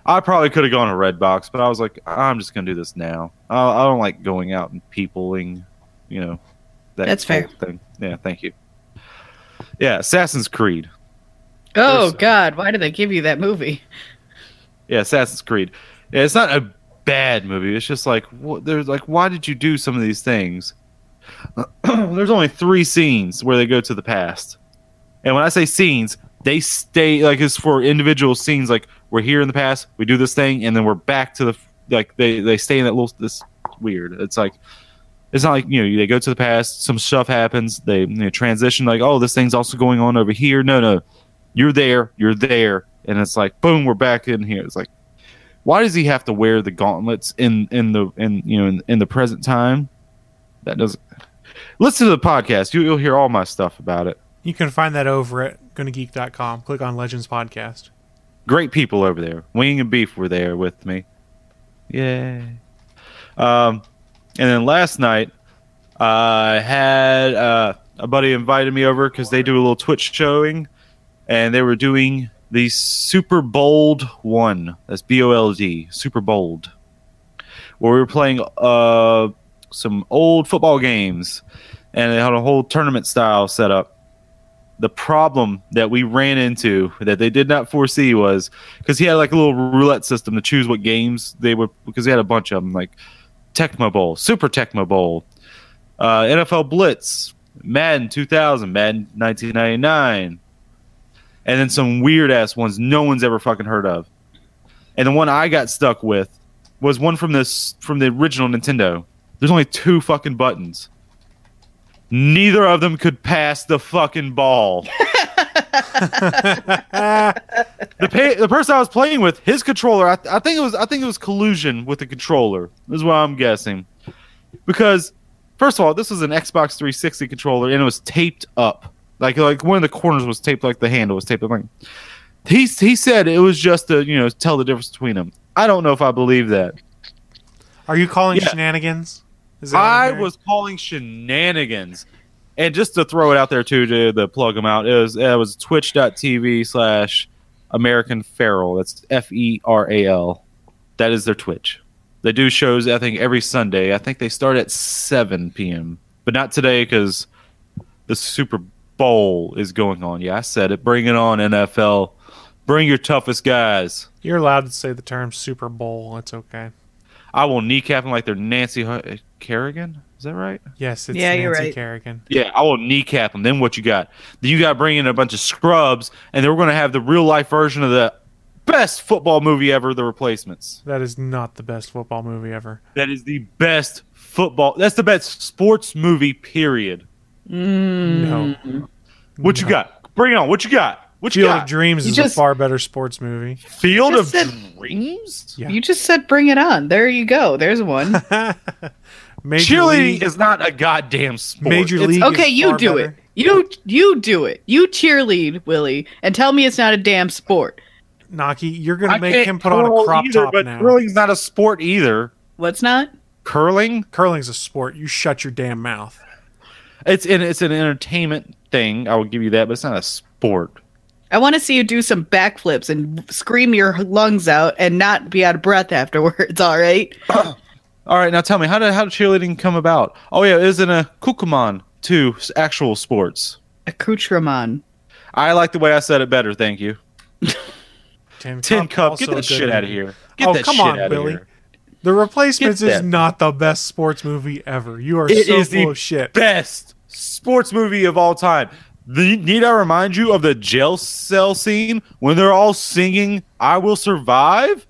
E: I probably could have gone to Redbox, but I was like, I'm just going to do this now. I, I don't like going out and peopling, you know, that
D: That's fair.
E: whole thing. Yeah, thank you. Yeah, Assassin's Creed.
D: Oh
E: There's-
D: God, why did they give you that movie?
E: Yeah, Assassin's Creed. Yeah, it's not a bad movie. It's just like wh- there's like why did you do some of these things? there's only three scenes where they go to the past, and when I say scenes, they stay like it's for individual scenes. Like we're here in the past, we do this thing, and then we're back to the f- like they they stay in that little this weird. It's like it's not like you know they go to the past, some stuff happens, they you know, transition like oh this thing's also going on over here. No, no, you're there, you're there, and it's like boom, we're back in here. It's like why does he have to wear the gauntlets in in the in you know in, in the present time? That doesn't. Listen to the podcast. You, you'll hear all my stuff about it.
C: You can find that over at GonnaGeek.com. Click on Legends Podcast.
E: Great people over there. Wing and Beef were there with me. Yay. Um, and then last night, I had uh, a buddy invited me over because they do a little Twitch showing, and they were doing the Super Bold one. That's B O L D. Super Bold. Where we were playing uh, some old football games, and they had a whole tournament style set up the problem that we ran into that they did not foresee was because he had like a little roulette system to choose what games they would because he had a bunch of them like Tecmo Bowl, Super Tecmo Bowl, uh, NFL Blitz, Madden 2000, Madden 1999, and then some weird ass ones no one's ever fucking heard of. And the one I got stuck with was one from this from the original Nintendo. There's only two fucking buttons. Neither of them could pass the fucking ball. the pa- the person I was playing with, his controller, I, I think it was I think it was collusion with the controller. Is what I'm guessing, because first of all, this was an Xbox 360 controller and it was taped up, like like one of the corners was taped, like the handle was taped up. Like he he said it was just to you know tell the difference between them. I don't know if I believe that.
C: Are you calling
E: Yeah.
C: shenanigans? Is that what I'm
E: I
C: hearing?
E: was calling shenanigans. And just to throw it out there too, to, to plug them out, it was, it was twitch.tv slash American Feral. That's F E R A L. That is their Twitch. They do shows, I think, every Sunday. I think they start at 7 p.m., but not today because the Super Bowl is going on. Yeah, I said it. Bring it on, NFL. Bring your toughest guys.
C: You're allowed to say the term Super Bowl. It's okay.
E: I will kneecap them like they're Nancy Hu- Kerrigan. Is that right?
C: Yes, it's
D: Yeah,
C: Nancy
D: you're right.
C: Kerrigan.
E: Yeah, I will kneecap them. Then what you got? Then you got to bring in a bunch of scrubs, and then we're going to have the real life version of the best football movie ever, The Replacements.
C: That is not the best football movie ever.
E: That is the best football. That's the best sports movie, period.
D: Mm.
C: No.
E: What you got? Bring it on. What you got? What you
C: Field
E: got?
C: of Dreams
D: You
C: is a
D: just-
C: far better sports movie.
E: Field
D: You
E: of
D: just
E: Dreams?
C: Yeah.
D: You just said bring it on. There you go. There's one.
C: Major
E: Cheerleading
C: League,
E: is not a goddamn sport.
C: Major
E: It's-
C: League. is
D: okay, you
C: far
D: do
C: better.
D: it. You you do it. You cheerlead, Willie, and tell me it's not a damn sport.
C: Naki, you're
E: I
C: gonna make
E: can't
C: him put on a
E: curl
C: crop
E: either,
C: top
E: but
C: now.
E: Curling's not a sport either.
D: What's not?
E: Curling?
C: Curling's a sport. You shut your damn mouth.
E: It's an, it's an entertainment thing. I will give you that, but it's not a sport.
D: I want to see you do some backflips and scream your lungs out and not be out of breath afterwards. All right.
E: All right, now tell me how did how did cheerleading come about? Oh yeah, it was in a Kukuman to s- actual sports.
D: Accoutrement.
E: I like the way I said it better. Thank you.
C: Tin,
E: Tin cup,
C: also
E: get
C: a
E: that
C: good
E: shit out of
C: movie.
E: here. Get
C: oh
E: that
C: come
E: shit
C: on,
E: outta
C: Billy.
E: here.
C: The Replacements
E: Get
C: is
E: that.
C: not the best sports movie ever. You are
E: It
C: so
E: is
C: full
E: the
C: of shit.
E: best sports movie of all time. The, need I remind you of the jail cell scene when they're all singing "I Will Survive"?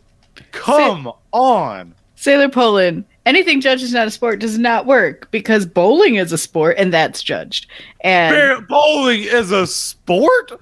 E: Come on.
D: Sailor Poland. Anything judged is not a sport does not work because bowling is a sport and that's judged. And
E: Bear- Bowling is a sport?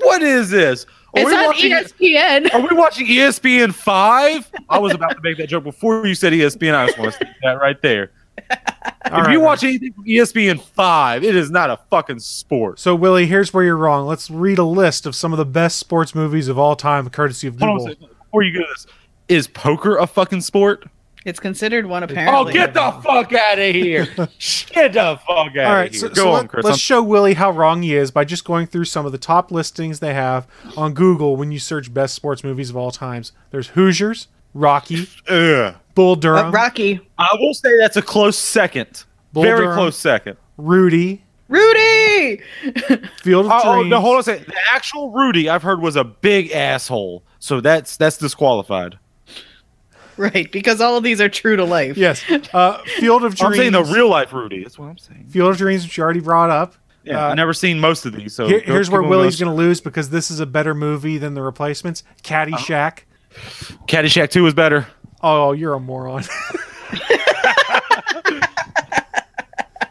E: What is this? Are
D: it's
E: we
D: on E
E: watching-
D: ESPN.
E: Are we watching E ESPN five? I was about to make that joke before you said E ESPN. I just want to stick that right there.
C: All
E: if
C: right,
E: you
C: man.
E: watch anything from E ESPN five, it is not a fucking sport.
C: So Willie, here's where you're wrong. Let's read a list of some of the best sports movies of all time, courtesy of
E: Hold on a
C: Google.
E: second. Before you go to this, is poker a fucking sport?
D: It's considered one apparently.
E: Oh, get the fuck out of here! get the fuck out
C: All
E: of
C: right,
E: here!
C: so,
E: go
C: so
E: on,
C: let,
E: Chris.
C: us show Willie how wrong he is by just going through some of the top listings they have on Google when you search best sports movies of all times. There's Hoosiers, Rocky,
E: I'm- Ugh.
C: Bull
D: Uh,
C: Durham,
D: Rocky.
E: I will say that's a close second.
C: Bull
E: Very
C: Durham.
E: close second.
C: Rudy,
D: Rudy.
C: Field of
E: Oh, oh,
C: Dreams.
E: no, hold on a second. The actual Rudy I've heard was a big asshole, so that's that's disqualified.
D: right, because all of these are true to life.
C: Yes. Uh, Field of
E: I'm
C: Dreams.
E: saying the real life Rudy. That's what I'm saying.
C: Field of Dreams, which you already brought up.
E: Yeah,
C: Uh,
E: I've never seen most of these. So
C: Here-
E: go-
C: here's
E: keep
C: where
E: on
C: Willie's
E: going.
C: going to lose because this is a better movie than the replacements. Caddyshack.
E: Caddyshack Two is better. Uh-huh.
C: Oh, you're a moron.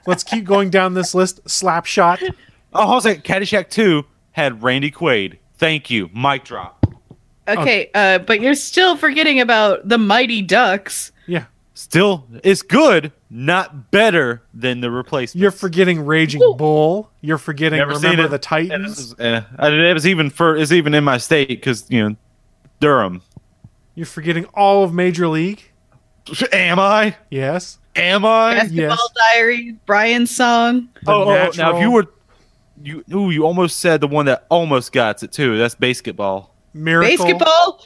C: Let's keep going down this list. Slapshot.
E: Oh, hold on a second. Caddyshack Two had Randy Quaid. Thank you. Mic drop.
D: Okay, uh, but you're still forgetting about the Mighty Ducks.
C: Yeah.
E: Still, it's good, not better than the replacement.
C: You're forgetting Raging Bull. You're forgetting Remember the
E: And this
C: Titans.
E: is- eh, I- it was even for it's even in my state because you know Durham.
C: You're forgetting all of Major League.
E: Am I?
C: Yes.
E: Am I?
D: Basketball Diaries, Brian's song.
C: The
E: Oh, oh, oh, now
C: Natural.
E: if you were, you ooh, you almost said the one that almost got it too. That's basketball.
C: Miracle.
D: Basketball?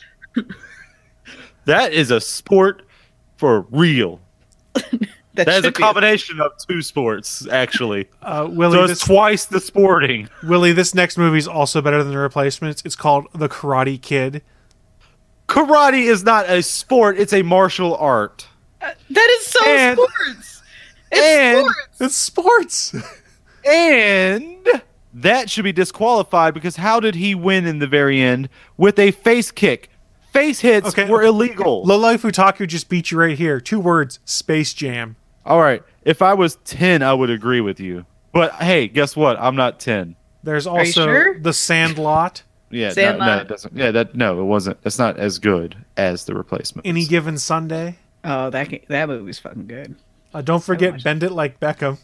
E: That is a sport for real.
D: That
E: That is a
D: should be-
E: combination of two sports actually.
C: Uh, Willie,
E: So
C: this,
E: it's twice the sporting.
C: Willie, this next movie is also better than the replacements. It's called The Karate Kid.
E: Karate is not a sport; it's a martial art.
D: That is so
E: And-
D: sports. It's
E: and-
D: sports.
C: It's sports.
E: And that should be disqualified because how did he win in the very end with a face kick? Face hits
C: Okay.
E: were illegal.
C: Lolo Futaku just beat you right here. Two words Space Jam.
E: All right, if I was 10, I would agree with you. But hey, guess what? I'm not 10.
C: There's
D: you
C: also
D: sure?
C: The Sandlot.
E: Yeah, no, no,
D: Sandlot.
E: it doesn't. Yeah, that no, it wasn't. It's not as good as the replacement.
C: Any given Sunday.
D: Oh, that ga- that movie's fucking good.
C: Uh, don't forget Bend It Like Beckham.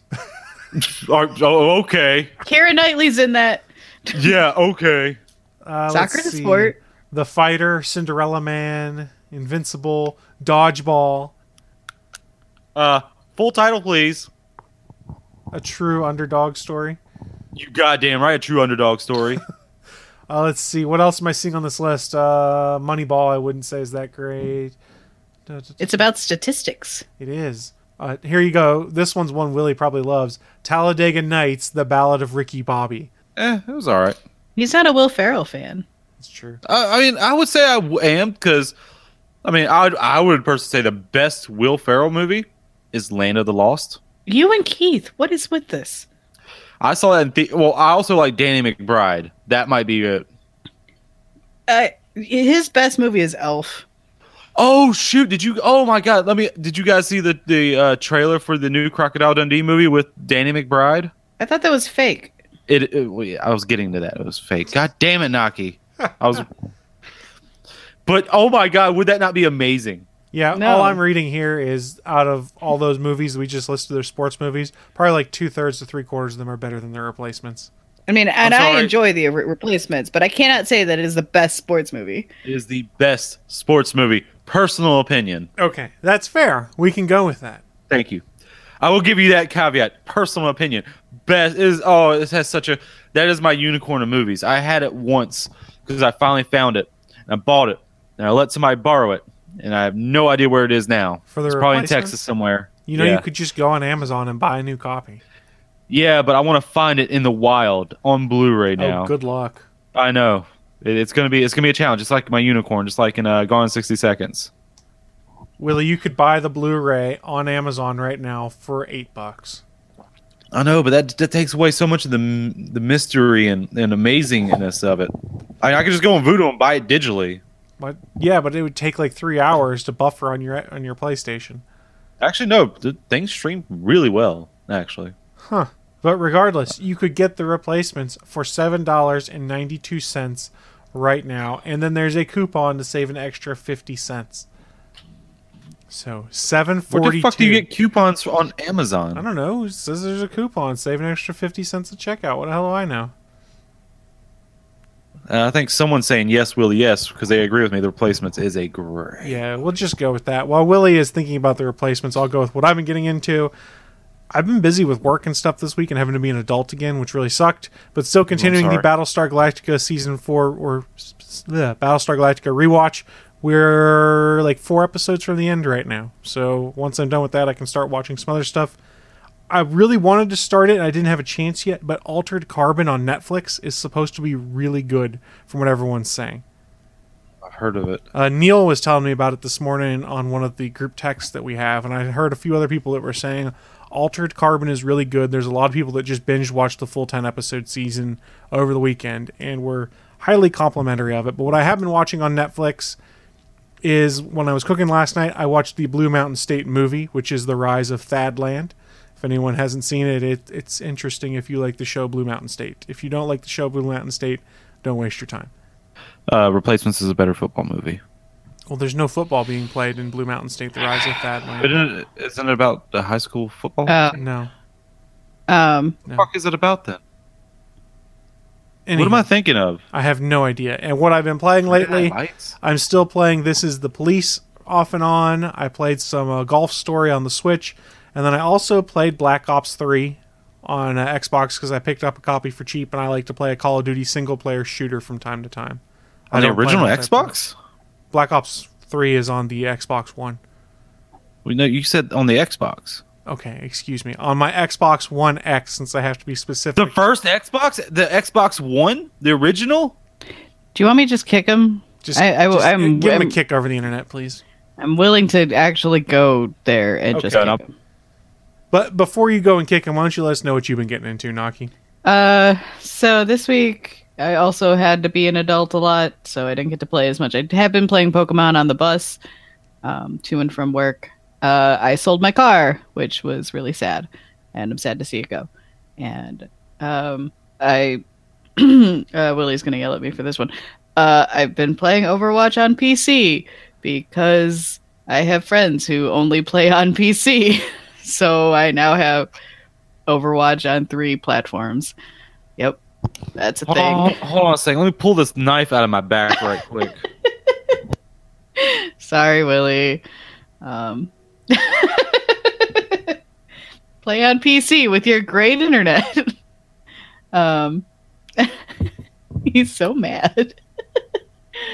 E: Oh, oh, okay.
D: Karen Knightley's in that.
E: Yeah, okay.
C: Uh,
D: Soccer
C: let's
D: is a
C: see.
D: sport.
C: The Fighter, Cinderella Man, Invincible, Dodgeball,
E: Uh, full title, please.
C: A True Underdog Story.
E: You goddamn right, a true underdog story.
C: Uh, let's see. What else am I seeing on this list? Uh, Moneyball, I wouldn't say is that great. Da, da, da.
D: It's about statistics.
C: It is. Uh, here you go. This one's one Willie probably loves Talladega Nights, The Ballad of Ricky Bobby.
E: eh, it was all right.
D: He's not a Will Ferrell fan.
C: It's true.
E: I, I mean, I would say I w- am because, I mean, I would, I would personally say the best Will Ferrell movie is Land of the Lost.
D: You and Keith, what is with this?
E: I saw that in the well. I also like Danny McBride. That might be it.
D: Uh, his best movie is Elf.
E: Oh shoot! Did you? Oh my god! Let me. Did you guys see the the uh, trailer for the new Crocodile Dundee movie with Danny McBride?
D: I thought that was fake.
E: It. it well, yeah, I was getting to that. It was fake. God damn it, Naki. I was. But oh my god, would that not be amazing?
C: Yeah,
D: No.
C: all I'm reading here is out of all those movies we just listed, they're sports movies. Probably like two thirds to three quarters of them are better than their replacements.
D: I mean, and
E: I'm
D: I
E: sorry.
D: enjoy the re- replacements, but I cannot say that it is the best sports movie.
E: It is the best sports movie. Personal opinion.
C: Okay, that's fair. We can go with that.
E: Thank you. I will give you that caveat. Personal opinion. Best it is oh, this has such a that is my unicorn of movies. I had it once because I finally found it and I bought it and I let somebody borrow it and I have no idea where it is now.
C: For the
E: it's probably in
C: replacement?
E: Texas somewhere.
C: You know,
E: yeah.
C: you could just go on Amazon and buy a new copy.
E: Yeah, but I want to find it in the wild on Blu-ray now.
C: Oh, good luck.
E: I know. It, it's gonna be it's gonna be a challenge. Just like my unicorn, just like in uh, Gone in sixty seconds.
C: Willie, you could buy the Blu-ray on Amazon right now for eight bucks.
E: I know, but that that takes away so much of the m- the mystery and, and amazingness of it. I, I could just go on Voodoo and buy it digitally.
C: But yeah, but it would take like three hours to buffer on your on your PlayStation.
E: Actually, no, the thing streamed really well. Actually,
C: But regardless, you could get the replacements for seven dollars and ninety two cents right now, and then there's a coupon to save an extra fifty cents. So seven
E: where
C: forty
E: the fuck do you
C: two.
E: get coupons on Amazon?
C: I don't know. It says there's a coupon. Save an extra fifty cents at checkout. What the hell do I know?
E: Uh, I think someone's saying yes, Willie, yes, because they agree with me. The replacements is a great.
C: Yeah, we'll just go with that. While Willie is thinking about the replacements, I'll go with what I've been getting into. I've been busy with work and stuff this week and having to be an adult again, which really sucked. But still continuing the
E: sorry.
C: Battlestar Galactica season four or the Battlestar Galactica rewatch. We're like four episodes from the end right now. So once I'm done with that, I can start watching some other stuff. I really wanted to start it and I didn't have a chance yet, but Altered Carbon on Netflix is supposed to be really good from what everyone's saying.
E: I've heard of it.
C: Uh, Neil was telling me about it this morning on one of the group texts that we have, and I heard a few other people that were saying Altered Carbon is really good. There's a lot of people that just binge watched the full 10 episode season over the weekend and were highly complimentary of it. But what I have been watching on Netflix is when I was cooking last night, I watched the Blue Mountain State movie, which is the rise of Thad Land. If anyone hasn't seen it, it, it's interesting if you like the show Blue Mountain State. If you don't like the show Blue Mountain State, don't waste your time.
E: Uh, Replacements is a better football movie.
C: Well, there's no football being played in Blue Mountain State, the rise of Thad Land.
E: Isn't it, isn't it about the high school football?
D: Uh,
C: No.
D: um,
E: what the fuck is it about then?
C: Anywho,
E: What am I thinking of?
C: I have no idea. And what I've been playing lately,
E: Lights?
C: I'm still playing This Is the Police off and on. I played some uh, Golf Story on the Switch, and then I also played Black Ops 3 on uh, Xbox because I picked up a copy for cheap, and I like to play a Call of Duty single player shooter from time to time. I
E: On the
C: don't play
E: original
C: multiplayer.
E: Xbox?
C: Black Ops 3 is on the Xbox One.
E: We know you said on the Xbox.
C: Okay, excuse me. On my Xbox One X, since I have to be
E: The
C: specific.
E: first Xbox, the Xbox One, the original.
D: do you want me to just kick him?
C: just,
D: I- I will-
C: just, uh,
D: I'm-
C: give him
D: I'm-
C: a kick over the internet, please.
D: I'm willing to actually go there and just
E: Okay.
D: kick him.
C: But before you go and kick him, why don't you let us know what you've been getting into, Naki?
D: Uh, so this week I also had to be an adult a lot, so I didn't get to play as much. I have been playing Pokemon on the bus, um, to and from work. Uh, I sold my car, which was really sad, and I'm sad to see it go. And um, I uh, Willie's gonna yell at me for this one. Uh, I've been playing Overwatch on PC because I have friends who only play on PC, so I now have Overwatch on three platforms. Yep, that's a
E: Hold
D: thing.
E: on, hold on a second. Let me pull this knife out of my back right quick.
D: Sorry, Willie. Um, play on PC with your great internet. um, he's so mad.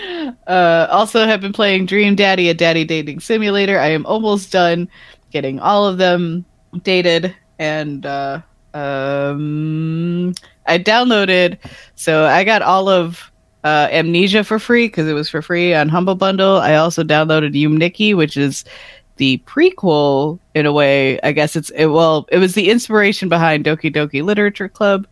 D: uh, also, have been playing Dream Daddy, a daddy dating simulator. I am almost done getting all of them dated, and uh, um, I downloaded. So I got all of uh, Amnesia for free because it was for free on Humble Bundle. I also downloaded Yumniki, which is the prequel in a way. I guess it's it, well, it was the inspiration behind Doki Doki Literature Club,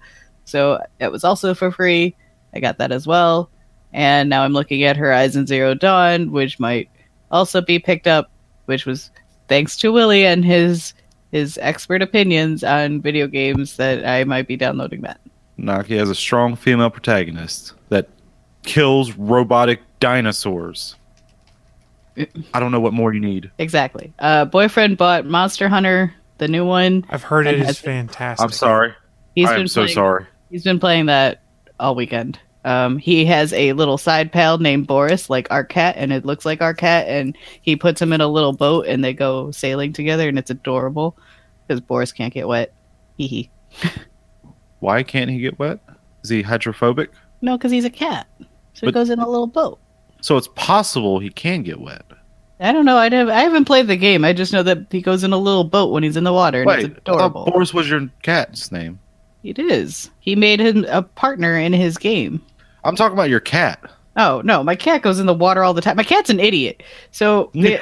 D: so that was also for free. I got that as well, and now I'm looking at Horizon Zero Dawn, which might also be picked up, which was thanks to Willie and his his expert opinions on video games that I might be downloading that.
E: Naki has a strong female protagonist that kills robotic dinosaurs. I don't know what more you need.
D: Exactly. Uh, boyfriend bought Monster Hunter, the new one.
C: I've heard it
D: And
C: is
D: has-
C: fantastic.
E: I'm sorry.
D: He's
E: I'm so
D: playing,
E: sorry.
D: He's been playing that all weekend. Um, he has a little side pal named Boris, like our cat, and it looks like our cat. And he puts him in a little boat, and they go sailing together, and it's adorable because Boris can't get wet. Hee hee.
E: Why can't he get wet? Is he hydrophobic?
D: No, because he's a cat, so he
E: But-
D: goes in a little boat.
E: So it's possible he can get wet.
D: I don't know. I have I haven't played the game. I just know that he goes in a little boat when he's in the water, and
E: Wait,
D: it's
E: uh, I thought
D: adorable.
E: Boris was your cat's name.
D: it is. He made him a partner in his game.
E: I'm talking about your cat.
D: Oh no, my cat goes in the water all the time. My cat's an idiot. So the-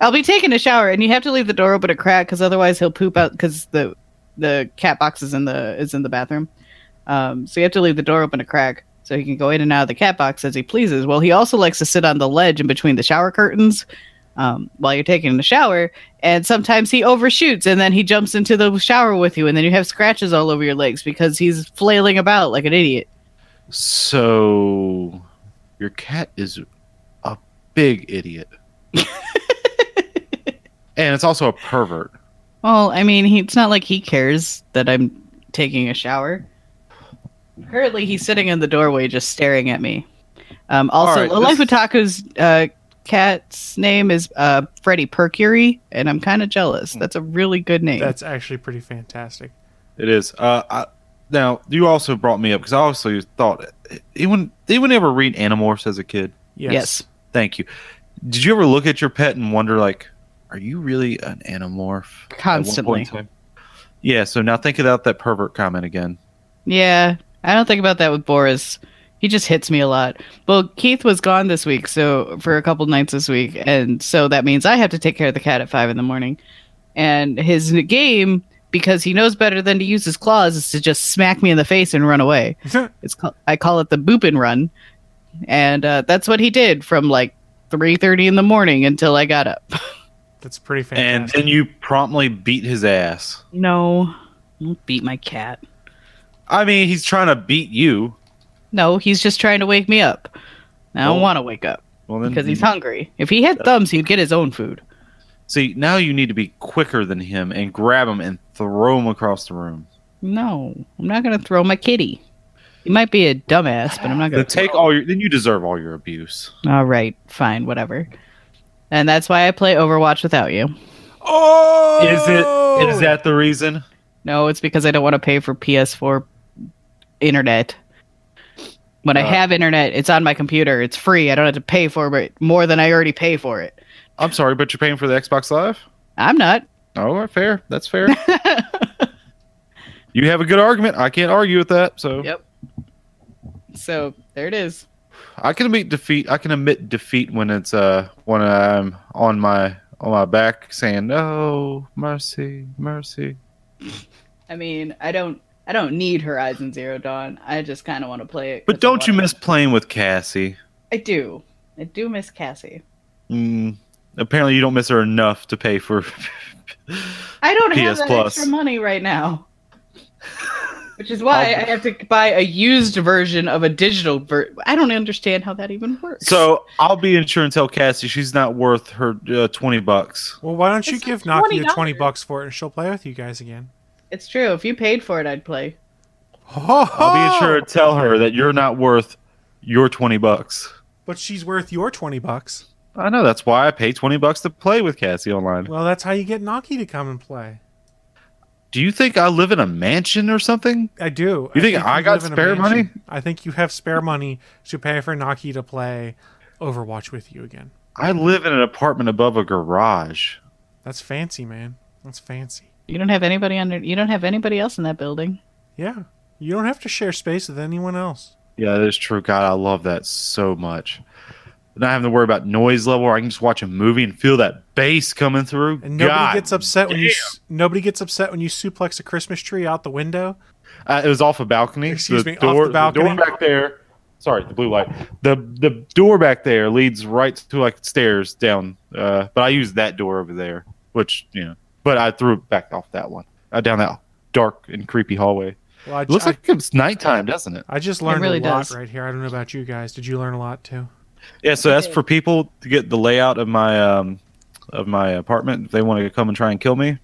D: I'll be taking a shower, and you have to leave the door open a crack because otherwise he'll poop out because the the cat box is in the is in the bathroom. Um, so you have to leave the door open a crack so he can go in and out of the cat box as he pleases. Well, he also likes to sit on the ledge in between the shower curtains um, while you're taking a shower, and sometimes he overshoots and then he jumps into the shower with you, and then you have scratches all over your legs because he's flailing about like an idiot.
E: So your cat is a big idiot. and it's also a pervert.
D: Well, I mean, he, it's not like he cares that I'm taking a shower. Currently, he's sitting in the doorway just staring at me. Um, also,
E: All right,
D: Life
E: this-
D: Otaku's uh, cat's name is uh, Freddie Percury, and I'm kind of
E: Hmm.
D: jealous. That's a really good name.
C: That's actually pretty fantastic.
E: It is. Uh, I, now you also brought me up because I also thought anyone anyone ever read Animorphs as a kid?
C: Yes.
E: Thank you. Did you ever look at your pet and wonder like, are you really an Animorph? at one
D: Constantly.
E: point in time? Yeah. So now think about that pervert comment again.
D: Yeah, I don't think about that with Boris. He just hits me a lot. Well, Keith was gone this week, so for a couple nights this week, and so that means I have to take care of the cat at five in the morning. And his n- game, because he knows better than to use his claws, is to just smack me in the face and run away. It's called, I call it the boop and run, and uh, that's what he did from like three thirty in the morning until I got up.
C: That's pretty
E: And
C: fantastic.
E: then you promptly beat his ass.
D: No, don't beat my cat.
E: I mean, he's trying to beat you.
D: No, he's just trying to wake me up. I don't want to wake up
E: Well, then
D: because he's
E: you-
D: hungry. If he had thumbs, he'd get his own food.
E: See, now you need to be quicker than him and grab him and throw him across the room.
D: No, I'm not going to throw my kitty. He might be a dumbass, but I'm not going
E: Then
D: to
E: take all your. Then you deserve all your abuse.
D: All right, fine, whatever. And that's why I play Overwatch without you.
E: Is it? Is that the reason?
D: No, it's because I don't want to pay for PS4 internet. When I have internet, it's on my computer. It's free. I don't have to pay for it more than I already pay for it.
E: I'm sorry, but you're paying for the Xbox Live. Oh,
D: I'm not.
E: All right, fair. That's fair. you have a good argument. I can't argue with that. So
D: Yep. So there it is.
E: I can admit defeat. I can admit defeat when it's uh when I'm on my on my back saying, "Oh, mercy, mercy."
D: I mean, I don't I don't need Horizon Zero Dawn. I just kind of want to play it. 'cause
E: But
D: I
E: don't you
D: wanna-
E: miss playing with Cassie?
D: I do. I do miss Cassie.
E: Mm, apparently, you don't miss her enough to pay for.
D: I don't have
E: PS
D: that
E: Plus.
D: extra money right now. Which is why I have to buy a used version of a digital ver- I don't understand how that even works.
E: so I'll be in sure and tell Cassie she's not worth her uh, twenty bucks.
C: well, why don't you
D: It's
C: give
D: like
C: Naki the twenty
D: $20.
C: bucks for it, and she'll play with you guys again.
D: it's true. If you paid for it, I'd play.
E: I'll be sure to tell her that you're not worth your twenty bucks.
C: But she's worth your twenty bucks.
E: I know that's why I pay twenty bucks to play with Cassie online.
C: Well, that's how you get Naki to come and play.
E: Do you think I live in a mansion or something?
C: I do.
E: You think I got
C: live in a
E: spare
C: mansion.
E: money?
C: I think you have spare money to pay for Naki to play Overwatch with you again.
E: I live in an apartment above a garage.
C: That's fancy, man. That's fancy.
D: You don't have anybody under you don't have anybody else in that building.
C: Yeah. You don't have to share space with anyone else.
E: Yeah, that is true. God, I love that so much. Not having to worry about noise level. Or I can just watch a movie and feel that bass coming through.
C: And nobody
E: God,
C: gets upset when you s- nobody gets upset when you suplex a Christmas tree out the window.
E: uh, it was off a balcony.
C: Excuse
E: the
C: me, off
E: door,
C: the balcony?
E: door back there. Sorry, the blue light. The the door back there leads right to like stairs down. Uh, but I used that door over there, which you know. But I threw it back off that one uh, down that dark and creepy hallway.
C: Well, I,
E: It looks
C: I-
E: like it's nighttime, doesn't it?
C: I just learned
D: really
C: a lot
D: does.
C: right here. I don't know about you guys. Did you learn a lot too?
E: Yeah, so that's for people to get the layout of my um, of my apartment. If they want to come and try and kill me,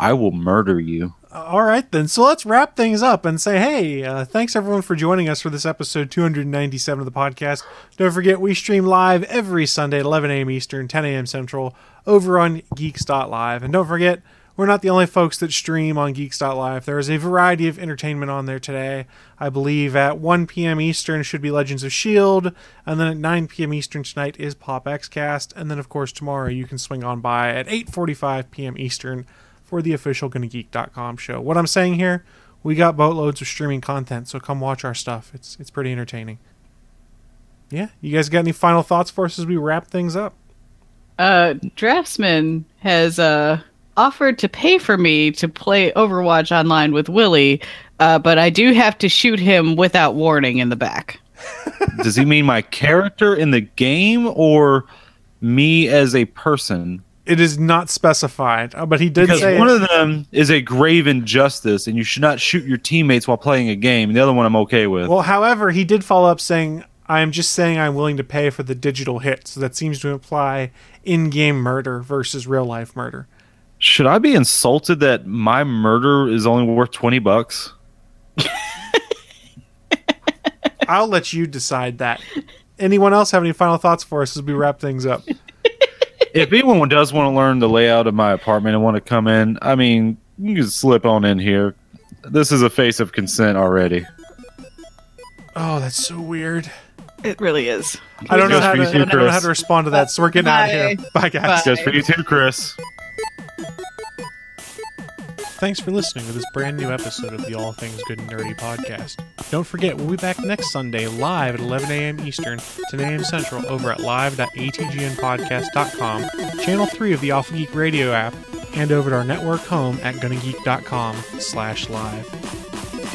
E: I will murder you.
C: Uh, All right, then. So let's wrap things up and say, hey, uh, thanks everyone for joining us for this episode 297 of the podcast. Don't forget, we stream live every Sunday at 11 a.m. Eastern, 10 a.m. Central, over on geeks.live. And don't forget, we're not the only folks that stream on geeks.live. There is a variety of entertainment on there today. I believe at 1 p.m. Eastern should be Legends of S.H.I.E.L.D., E and then at 9 p.m. Eastern tonight is Pop X Cast. And then, of course, tomorrow you can swing on by at 8.45 p.m. Eastern for the official GonnaGeek.com show. What I'm saying here, we got boatloads of streaming content, so come watch our stuff. It's it's pretty entertaining. Yeah, you guys got any final thoughts for us as we wrap things up?
D: uh, Draftsman has uh, offered to pay for me to play Overwatch online with Willie, uh, but I do have to shoot him without warning in the back.
E: Does he mean my character in the game or me as a person?
C: It is not specified, uh, but he did
E: Because
C: say
E: one of them is a grave injustice, and you should not shoot your teammates while playing a game. And the other one I'm okay with.
C: Well, however, he did follow up saying, "I am just saying I'm willing to pay for the digital hit." So that seems to imply in-game murder versus real-life murder.
E: should I be insulted that my murder is only worth twenty bucks?
C: I'll let you decide that. Anyone else have any final thoughts for us as we wrap things up?
E: if anyone does want to learn the layout of my apartment and want to come in, I mean, you can slip on in here. This is a face of consent already.
C: Oh, that's so weird.
D: It really is.
C: I don't know
E: Just
C: how
E: for
C: to.
E: you
C: I
E: too,
C: don't know how
E: Chris.
C: to respond to that. So we're getting out of here. Bye, guys.
D: Bye.
E: Just for you too, Chris.
C: Thanks for listening to this brand new episode of the All Things Good and Nerdy podcast. Don't forget, we'll be back next Sunday live at 11 a.m. Eastern, 10 a.m. Central, over at live.atgnpodcast.com, channel 3 of the Alpha Geek radio app, and over at our network home at gunnageek.com slash live. If